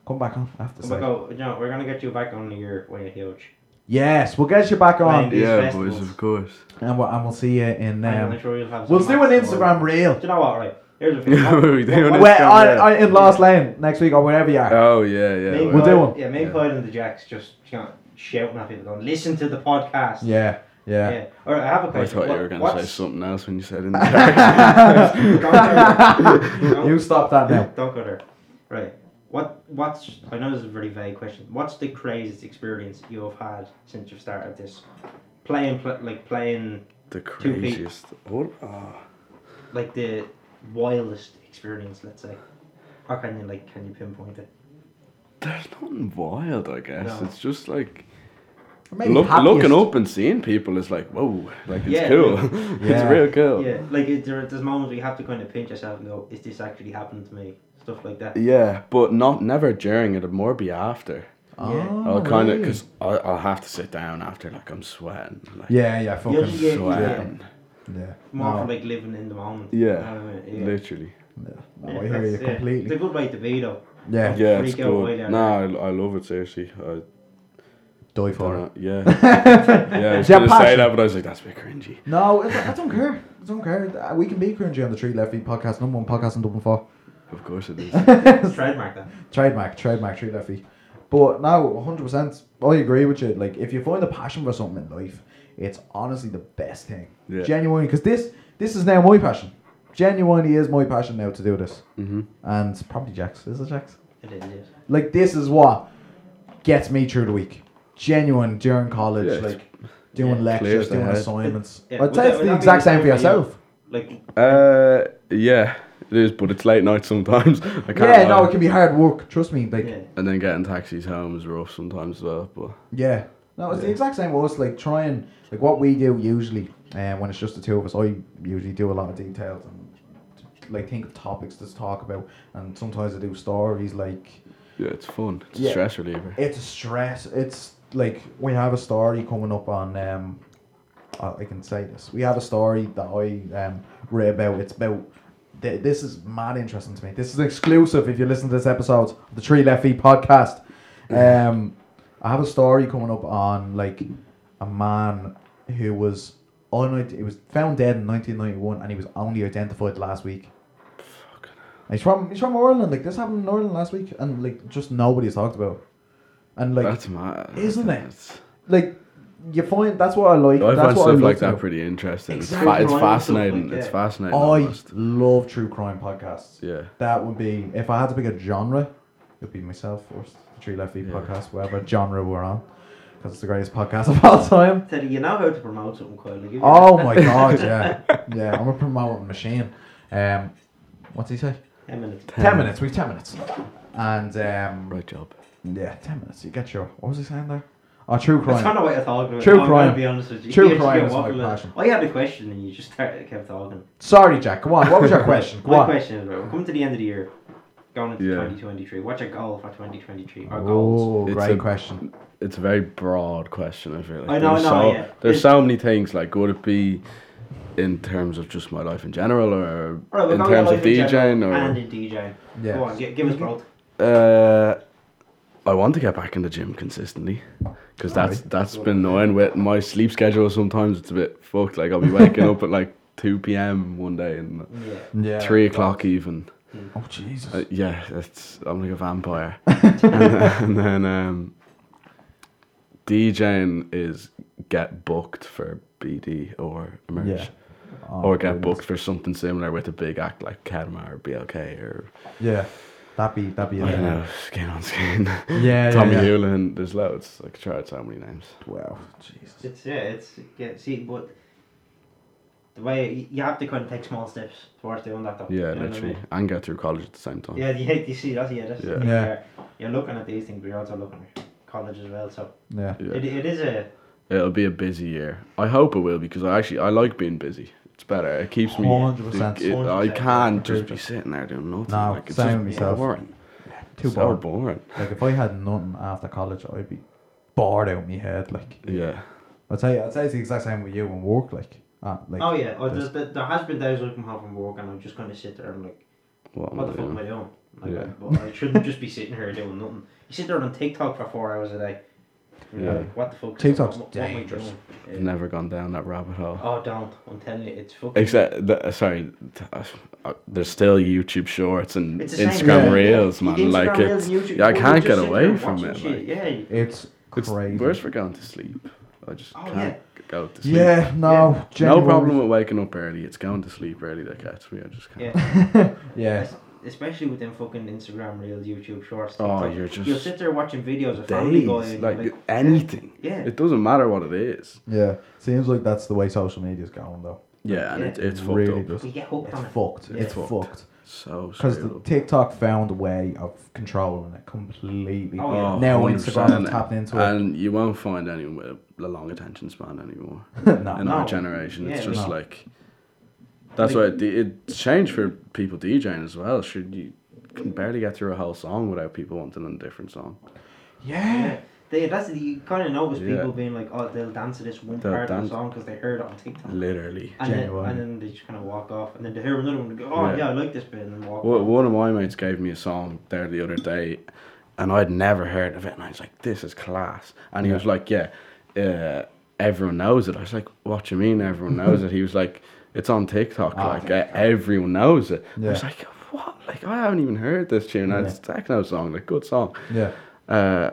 Speaker 2: come back on. I have to
Speaker 1: I'm
Speaker 2: say,
Speaker 1: like, oh, no, we're gonna get you back on your when you're huge.
Speaker 2: yes, we'll get you back on,
Speaker 1: Right. These
Speaker 3: Yeah,
Speaker 1: festivals.
Speaker 3: boys, of course.
Speaker 2: and we'll, and we'll see you
Speaker 1: And
Speaker 2: in. Um,
Speaker 1: I'm sure you'll have
Speaker 2: we'll
Speaker 1: some
Speaker 2: do an
Speaker 1: nice-
Speaker 2: Instagram reel.
Speaker 1: Do you know what? Right. Here's the
Speaker 3: Yeah,
Speaker 1: thing.
Speaker 3: we're doing
Speaker 1: What-
Speaker 3: it.
Speaker 2: Where, on, on, in Last Lane next week or wherever you are.
Speaker 3: Oh yeah, yeah.
Speaker 1: Me and
Speaker 2: We'll
Speaker 1: Clyde-
Speaker 2: do one.
Speaker 1: Yeah, me and
Speaker 3: Yeah.
Speaker 1: Clyde and the Jacks just you know, shouting at people going, listen to the podcast.
Speaker 2: Yeah,
Speaker 1: Yeah.
Speaker 2: yeah.
Speaker 1: Or I have a
Speaker 3: I
Speaker 1: question.
Speaker 3: thought
Speaker 1: What-
Speaker 3: you were going to say
Speaker 1: what's-
Speaker 3: something else when you said in the
Speaker 1: Don't go there. Don't-
Speaker 2: you stop that now.
Speaker 1: Don't go there. Right. What? What's? I know this is a very vague question. What's the craziest experience you have had since you've started this? Playing, pl- like playing,
Speaker 3: The
Speaker 1: Two feet.
Speaker 3: craziest. What? ah.
Speaker 1: like the wildest experience. Let's say. How can you like? Can you pinpoint it?
Speaker 3: there's nothing wild, I guess.
Speaker 1: No.
Speaker 3: It's just like
Speaker 2: Maybe
Speaker 3: look,
Speaker 2: happiest.
Speaker 3: looking up and seeing people is like whoa, like it's
Speaker 1: Yeah,
Speaker 3: cool.
Speaker 1: like-
Speaker 2: Yeah.
Speaker 3: it's real cool.
Speaker 1: Yeah. Like is there, there's moments where you have to kind of pinch yourself and go, "Is this actually happening to me?" Stuff like that.
Speaker 3: Yeah, but not never during it. It'd more be after.
Speaker 2: Oh,
Speaker 3: I'll kind of
Speaker 2: really?
Speaker 3: because I'll have to sit down after. Like I'm sweating. Like,
Speaker 2: Yeah, yeah, fucking.
Speaker 3: I'm
Speaker 1: Yeah, yeah,
Speaker 3: sweating.
Speaker 2: Yeah.
Speaker 1: More
Speaker 2: No,
Speaker 1: for like living in the moment.
Speaker 3: Yeah,
Speaker 1: You know what I mean?
Speaker 3: Literally.
Speaker 2: yeah. No,
Speaker 1: Yeah,
Speaker 2: I hear
Speaker 1: that's-
Speaker 2: you
Speaker 1: yeah. It's a
Speaker 2: completely.
Speaker 1: good way to be though.
Speaker 2: Yeah,
Speaker 1: Freak
Speaker 3: Yeah, it's
Speaker 1: out while
Speaker 3: good.
Speaker 1: you're
Speaker 3: Nah, I, I love it seriously. I
Speaker 2: die for it.
Speaker 3: don't know. Yeah. yeah, I was gonna
Speaker 2: Japan.
Speaker 3: say that, but I was like, that's a bit cringy.
Speaker 2: No, it's- I don't care. I don't care. Uh, We can be cringy on the Tree Left Feet podcast, number one podcast in Dublin 4.
Speaker 3: Of course it is.
Speaker 1: Let's trademark that.
Speaker 2: Trademark, trademark, Tree Left Feet. But no, 100%, I agree with you. Like, if you find a passion for something in life, it's honestly the best thing.
Speaker 3: Yeah.
Speaker 2: Genuinely, because this, this is now my passion. Genuinely is my passion now to do this.
Speaker 3: mm-hmm.
Speaker 2: And probably Jack's. Is it Jack's?
Speaker 1: It is, yes.
Speaker 2: Like this is what gets me through the week. Genuine during college,
Speaker 3: Yeah, it's-
Speaker 2: like doing
Speaker 1: Yeah.
Speaker 2: lectures,
Speaker 3: Clears the
Speaker 2: doing
Speaker 3: head.
Speaker 2: assignments.
Speaker 1: Yeah,
Speaker 2: I'd
Speaker 1: would
Speaker 2: say
Speaker 1: that-
Speaker 2: it's
Speaker 1: would
Speaker 2: the
Speaker 1: that be
Speaker 2: exact
Speaker 1: the same
Speaker 2: same for
Speaker 1: for you?
Speaker 2: yourself.
Speaker 1: Like,
Speaker 3: Uh, yeah, it is, but it's late night sometimes. I can't.
Speaker 2: Yeah, no,
Speaker 3: lie.
Speaker 2: it can be hard work. Trust me. Like, yeah,
Speaker 1: yeah.
Speaker 3: And then getting taxis home is rough sometimes as well. But
Speaker 2: no, it's the
Speaker 3: Yeah.
Speaker 2: exact same with us. Like trying, like what we do usually, and when it's just the two of us, I usually do a lot of details and like think of topics to talk about, and sometimes I do stories like.
Speaker 3: yeah, it's fun. It's
Speaker 2: Yeah.
Speaker 3: a stress reliever.
Speaker 2: It's a stress. It's like we have a story coming up on. Um, I I can say this. We have a story that I um, read about. It's about. th- This is mad interesting to me. This is exclusive if you listen to this episode of the Tree Left Feet podcast. Um, I have a story coming up on like a man who was unid- He was found dead in 1991, and he was only identified last week. He's from he's from Ireland. Like this happened in Ireland last week, and like just nobody's talked about. it. And like
Speaker 3: That's mad,
Speaker 2: isn't it?
Speaker 3: It's-
Speaker 2: like you find that's what I like.
Speaker 3: I
Speaker 2: that's
Speaker 3: find
Speaker 2: what I
Speaker 3: stuff
Speaker 2: love
Speaker 3: like
Speaker 2: to
Speaker 3: that
Speaker 2: know.
Speaker 3: pretty interesting. It's
Speaker 1: Exactly. Oh,
Speaker 3: fa- It's,
Speaker 1: Right, stuff like
Speaker 3: fascinating.
Speaker 1: that.
Speaker 3: It's fascinating.
Speaker 2: I
Speaker 3: almost.
Speaker 2: love true crime podcasts.
Speaker 3: Yeah.
Speaker 2: That would be if I had to pick a genre, it'd be myself first. The Tree Left Feet
Speaker 3: Yeah.
Speaker 2: podcast, whatever genre we're on, because it's the greatest podcast of all time.
Speaker 1: Teddy, you know how to promote something, Kyle. Like, if you-
Speaker 2: Oh my god, yeah, yeah. I'm a promoting machine. Um, what's he say?
Speaker 1: Ten minutes.
Speaker 2: Ten minutes. We've ten minutes. And um,
Speaker 3: Right job.
Speaker 2: yeah, ten minutes. You get your. What was he saying there? Oh, true
Speaker 1: That's
Speaker 2: crime.
Speaker 1: kind of what you're talking about.
Speaker 2: True
Speaker 1: I'm gonna
Speaker 2: crime.
Speaker 1: be honest with you.
Speaker 2: True
Speaker 1: You just
Speaker 2: crime
Speaker 1: get
Speaker 2: is my
Speaker 1: waffling.
Speaker 2: passion.
Speaker 1: I had a question and you just started, kept talking.
Speaker 2: Sorry, Jack. Go on. What was your question? Go
Speaker 1: My
Speaker 2: on.
Speaker 1: question is, right, we're coming to the end of the year, going into
Speaker 3: Yeah.
Speaker 1: 2023. What's your goal for 2023? Our goals.
Speaker 2: Oh,
Speaker 3: It's
Speaker 2: great
Speaker 3: a-
Speaker 2: question.
Speaker 3: It's a very broad question. I feel like
Speaker 1: I know, I
Speaker 3: There's
Speaker 1: know,
Speaker 3: So,
Speaker 1: yeah.
Speaker 3: There's
Speaker 1: It-
Speaker 3: so many things. Like, would it be in terms of just my life in general, or
Speaker 1: All right, we're
Speaker 3: in
Speaker 1: going
Speaker 3: terms of
Speaker 1: live in
Speaker 3: DJing,
Speaker 1: general and
Speaker 3: or
Speaker 1: in DJing.
Speaker 2: Yeah.
Speaker 1: Go on, gi- give us both.
Speaker 3: uh, I want to get back in the gym consistently because that's that's been annoying with my sleep schedule. Sometimes it's a bit fucked. Like I'll be waking up at like two p.m. one day and
Speaker 1: Yeah.
Speaker 2: Yeah.
Speaker 3: three o'clock even.
Speaker 2: Oh Jesus.
Speaker 3: Uh, yeah, it's I'm like a vampire. and, then, and then um, DJing is get booked for BD or Emerge.
Speaker 2: Yeah. Oh,
Speaker 3: Or get
Speaker 2: goodness.
Speaker 3: booked for something similar with a big act like Kadma or BLK or
Speaker 2: Yeah. That'd be that'd be
Speaker 3: I don't
Speaker 2: yeah.
Speaker 3: know, skin on skin.
Speaker 2: Yeah.
Speaker 3: Tommy
Speaker 2: yeah.
Speaker 3: Hewlin, there's loads. I could try out so many names.
Speaker 2: Wow. Jesus.
Speaker 1: It's yeah, it's yeah. See, but the way y- you have to kind of take small steps towards doing that, though.
Speaker 3: Yeah,
Speaker 1: you know what I
Speaker 3: literally.
Speaker 1: mean?
Speaker 3: And get through college at the same time.
Speaker 1: Yeah, you, you see that's yeah, that's
Speaker 3: Yeah.
Speaker 2: Yeah.
Speaker 1: You're looking at these things, but you're also looking at college as well. So
Speaker 2: Yeah.
Speaker 3: Yeah.
Speaker 1: it, it is a
Speaker 3: It'll be a busy year. I hope it will because I actually I like being busy. It's better. It keeps me.
Speaker 2: 100%.
Speaker 3: it- I
Speaker 1: 100%.
Speaker 3: can't just be sitting there doing nothing.
Speaker 2: No,
Speaker 3: like, it's
Speaker 2: same
Speaker 3: just
Speaker 2: with myself.
Speaker 3: boring.
Speaker 2: Too
Speaker 3: so
Speaker 2: bored.
Speaker 3: boring.
Speaker 2: Like if I had nothing after college, I'd be bored out of my head. Like
Speaker 3: Yeah.
Speaker 2: I'd say I'd say it's the exact same with you and work. Like ah, like
Speaker 1: oh yeah. Oh, there's,
Speaker 2: there's-
Speaker 1: there, there has been days I come home from work and I'm just kind of sit there and like,
Speaker 3: What am
Speaker 1: what the
Speaker 3: I
Speaker 1: fuck am
Speaker 3: doing?
Speaker 1: I doing? Like,
Speaker 3: Oh, Yeah.
Speaker 1: I- but I shouldn't just be sitting here doing nothing. You sit there on TikTok for four hours a day. You're
Speaker 3: Yeah.
Speaker 1: Like, what the fuck?
Speaker 2: TikTok's
Speaker 1: what, what am I
Speaker 2: dangerous.
Speaker 1: doing?
Speaker 3: I've
Speaker 1: Yeah.
Speaker 3: never gone down that rabbit hole.
Speaker 1: Oh, don't! I'm telling you, it's fucking.
Speaker 3: Except, th- uh, sorry, th- uh, uh, there's still YouTube Shorts and
Speaker 1: It's the same,
Speaker 3: Instagram
Speaker 2: yeah.
Speaker 3: Reels, man.
Speaker 1: Instagram
Speaker 3: like
Speaker 1: Reels
Speaker 3: it's,
Speaker 1: and YouTube,
Speaker 3: yeah, I
Speaker 1: you
Speaker 3: can't
Speaker 1: just
Speaker 3: get
Speaker 1: sit there
Speaker 3: away
Speaker 1: and
Speaker 3: from
Speaker 1: watch
Speaker 3: it.
Speaker 1: some shit,
Speaker 3: Like,
Speaker 1: yeah.
Speaker 2: it's
Speaker 3: it's
Speaker 2: crazy.
Speaker 3: worse for going to sleep. I just
Speaker 1: Oh,
Speaker 3: can't go to sleep.
Speaker 2: yeah. No.
Speaker 3: No
Speaker 2: genuine-
Speaker 3: problem with waking up early. It's going to sleep early that gets me. I just can't.
Speaker 1: Yeah.
Speaker 2: Yeah.
Speaker 1: Es- Especially with them fucking Instagram reels, YouTube shorts.
Speaker 3: Oh,
Speaker 1: TikTok.
Speaker 3: you're just
Speaker 1: You'll sit there watching videos of Family
Speaker 3: Days,
Speaker 1: Guy. and
Speaker 3: like,
Speaker 1: you're
Speaker 3: anything.
Speaker 1: yeah.
Speaker 3: It doesn't matter what it is.
Speaker 2: Yeah. Seems like that's the way social media's going though.
Speaker 3: Yeah, and
Speaker 1: Yeah.
Speaker 3: It, it's
Speaker 2: really
Speaker 3: fucked up.
Speaker 2: does.
Speaker 1: we
Speaker 2: It's
Speaker 1: get hooked on it.
Speaker 2: fucked.
Speaker 1: Yeah.
Speaker 2: It's
Speaker 3: Fucked.
Speaker 2: fucked.
Speaker 3: So
Speaker 2: Because
Speaker 3: screwed up.
Speaker 2: TikTok found a way of controlling it completely.
Speaker 1: Oh, yeah.
Speaker 2: Now
Speaker 3: 100%.
Speaker 2: Instagram have tapped into it.
Speaker 3: And you won't find anyone with a long attention span anymore
Speaker 2: no,
Speaker 3: in our
Speaker 1: No.
Speaker 3: generation. It's
Speaker 1: Yeah,
Speaker 3: just
Speaker 2: no.
Speaker 3: like that's why it, it's changed for people DJing as well. Should you can barely get through a whole song without people wanting a different song.
Speaker 2: Yeah.
Speaker 1: They, that's you kind of notice
Speaker 3: Yeah.
Speaker 1: people being like, oh, they'll dance to this one
Speaker 3: They'll
Speaker 1: part of
Speaker 3: dance.
Speaker 1: the song because they heard it on TikTok.
Speaker 3: Literally.
Speaker 1: And then,
Speaker 2: Genuine.
Speaker 1: and then they just kind of walk off, and then they hear another one and go, oh
Speaker 3: Yeah.
Speaker 1: yeah, I like this bit, and then walk.
Speaker 3: Well,
Speaker 1: off.
Speaker 3: one of my mates gave me a song there the other day, and I'd never heard of it, and I was like, "This is class." And he was like, "Yeah, uh, everyone knows it." I was like, "What do you mean everyone knows it?" He was like, "It's on TikTok,
Speaker 2: Ah,
Speaker 3: like uh, everyone knows it." I was
Speaker 2: Yeah.
Speaker 3: like, "What? Like I haven't even heard this tune. and It's a techno song, like good song."
Speaker 2: Yeah.
Speaker 3: Uh,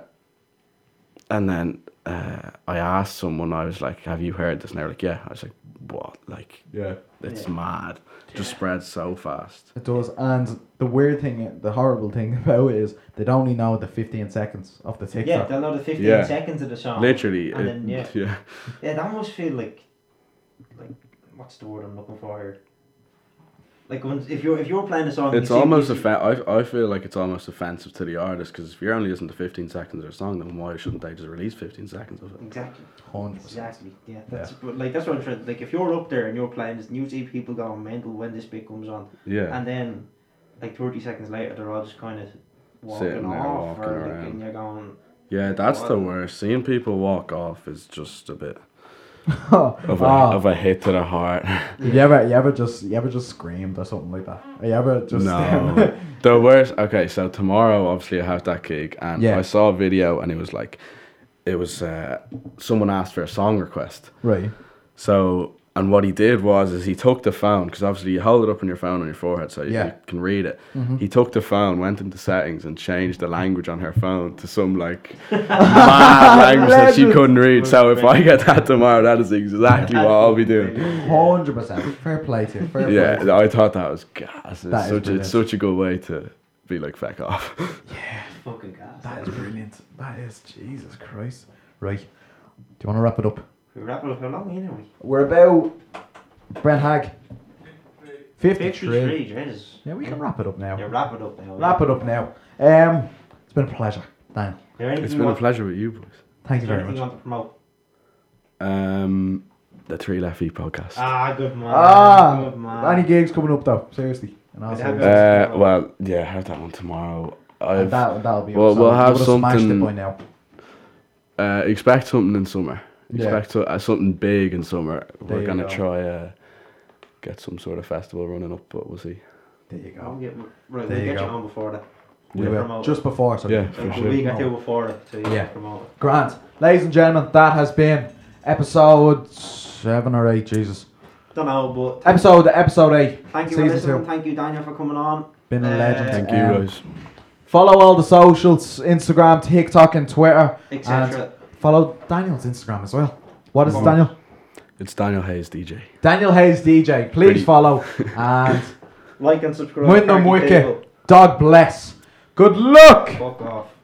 Speaker 3: and then uh, I asked someone, I was like, "Have you heard this?" And they were like, "Yeah." I was like, "What?" Like,
Speaker 2: Yeah.
Speaker 3: it's
Speaker 1: Yeah.
Speaker 3: mad. Just spreads so fast.
Speaker 2: It does, and the weird thing, the horrible thing about it is they only know the 15 seconds of the
Speaker 1: Yeah,
Speaker 2: TikTok.
Speaker 1: they'll know the 15
Speaker 3: Yeah.
Speaker 1: seconds of the song.
Speaker 3: Literally,
Speaker 1: Oh, And
Speaker 3: it-
Speaker 1: then, yeah.
Speaker 3: yeah.
Speaker 1: Yeah, that almost feel like, like what's the word I'm looking for here? Like when if you're if you're playing a song, you
Speaker 3: It's
Speaker 1: see-
Speaker 3: almost
Speaker 1: you see-
Speaker 3: offen- I, I feel like it's almost offensive to the artist because if you're only listening to 15 seconds of a song, then why shouldn't they just release 15 seconds of it?
Speaker 1: Exactly.
Speaker 2: 100%.
Speaker 1: Exactly. Yeah. That's but like that's what I'm trying. Like if you're up there and you're playing this, and you see people going mental when this bit comes on,
Speaker 3: Yeah.
Speaker 1: and then like 30 seconds later they're all just kind of walking
Speaker 3: Sitting there,
Speaker 1: off,
Speaker 3: walking
Speaker 1: or like,
Speaker 3: around.
Speaker 1: and you're going.
Speaker 3: yeah, that's the worst. Seeing people walk off is just a bit
Speaker 2: oh,
Speaker 3: of a, of a hit to the heart.
Speaker 2: you ever, you ever just, you ever just screamed or something like that? Or you ever just?
Speaker 3: no. the worst. Okay, so tomorrow, obviously, I have that gig, and
Speaker 2: Yeah.
Speaker 3: I saw a video, and it was like, it was uh, someone asked for a song request.
Speaker 2: right.
Speaker 3: So, and what he did was, is he took the phone because obviously you hold it up on your phone on your forehead so you,
Speaker 2: Yeah.
Speaker 3: you can read it.
Speaker 2: Mhm.
Speaker 3: He took the phone, went into settings, and changed the language on her phone to some like mad language that she
Speaker 2: Legend.
Speaker 3: couldn't read. So if I get that tomorrow, that is exactly what I'll be doing.
Speaker 2: Hundred percent. Fair play to you. Fair play. to you.
Speaker 3: Yeah, I thought that was gas. It's
Speaker 2: That is
Speaker 3: such a,
Speaker 2: brilliant.
Speaker 3: it's such a good way to be like feck off.
Speaker 1: Fucking gas.
Speaker 2: That is brilliant. That is Jesus Christ. Right. Do you want to wrap it up?
Speaker 1: We wrap it up. How long in are we?
Speaker 2: We're about Brent Hag. 53.
Speaker 1: 53. Jesus.
Speaker 2: Yeah, we can wrap it up now.
Speaker 1: Yeah, wrap it up now.
Speaker 2: Wrap it up now. Um, it's been a pleasure, Daniel.
Speaker 1: Is there anything
Speaker 3: it's
Speaker 1: you
Speaker 3: been a
Speaker 1: want-
Speaker 3: pleasure with you boys.
Speaker 2: Thank
Speaker 1: is
Speaker 2: you
Speaker 1: there
Speaker 2: very
Speaker 1: anything you
Speaker 2: much.
Speaker 1: want to promote?
Speaker 3: Um, the Three Left Feet podcast.
Speaker 1: Ah, good man.
Speaker 2: Ah,
Speaker 1: good man.
Speaker 2: any gigs coming up though? Seriously. And
Speaker 1: We'd
Speaker 2: also,
Speaker 1: have
Speaker 2: that,
Speaker 3: uh, well, yeah, I have that one tomorrow. I've,
Speaker 2: that'll be.
Speaker 3: Well,
Speaker 2: awesome.
Speaker 3: we'll
Speaker 2: We
Speaker 3: have
Speaker 2: would've smashed
Speaker 3: something-
Speaker 2: It by now.
Speaker 3: Uh, expect something in summer.
Speaker 2: Yeah.
Speaker 3: Expect so- uh, something big in summer.
Speaker 2: There you
Speaker 3: We're gonna
Speaker 2: go.
Speaker 3: try uh, get some sort of festival running up, but we'll see.
Speaker 2: There you
Speaker 1: I'll
Speaker 2: go.
Speaker 1: get, right,
Speaker 2: There
Speaker 1: we'll
Speaker 2: you
Speaker 1: get
Speaker 2: go.
Speaker 1: you on before that.
Speaker 2: We
Speaker 1: Yeah.
Speaker 2: will.
Speaker 1: Promote.
Speaker 2: Just before, so
Speaker 3: Yeah,
Speaker 2: you-
Speaker 3: for
Speaker 1: Like,
Speaker 3: sure. Oh.
Speaker 1: a week or two before it, so you
Speaker 2: Yeah.
Speaker 1: can promote it.
Speaker 2: Grant, ladies and gentlemen, that has been episode seven or eight. Jesus,
Speaker 1: Don't know, but
Speaker 2: episode episode eight.
Speaker 1: thank you for
Speaker 2: season
Speaker 1: listening.
Speaker 2: two.
Speaker 1: Thank you, Daniel, for coming on.
Speaker 2: Been a
Speaker 1: Uh,
Speaker 2: legend.
Speaker 3: Thank
Speaker 2: Um,
Speaker 3: you guys.
Speaker 2: Follow all the socials: Instagram, TikTok, and Twitter.
Speaker 1: Etc.
Speaker 2: Follow Daniel's Instagram as well. What is it,
Speaker 1: Come on.
Speaker 2: Daniel?
Speaker 3: It's Daniel Hayes DJ.
Speaker 2: Daniel Hayes DJ, please
Speaker 3: Pretty.
Speaker 2: follow and
Speaker 1: Like and subscribe.
Speaker 2: Win them
Speaker 1: Party
Speaker 2: wicket.
Speaker 1: Table.
Speaker 2: dog bless. Good luck.
Speaker 1: Fuck off.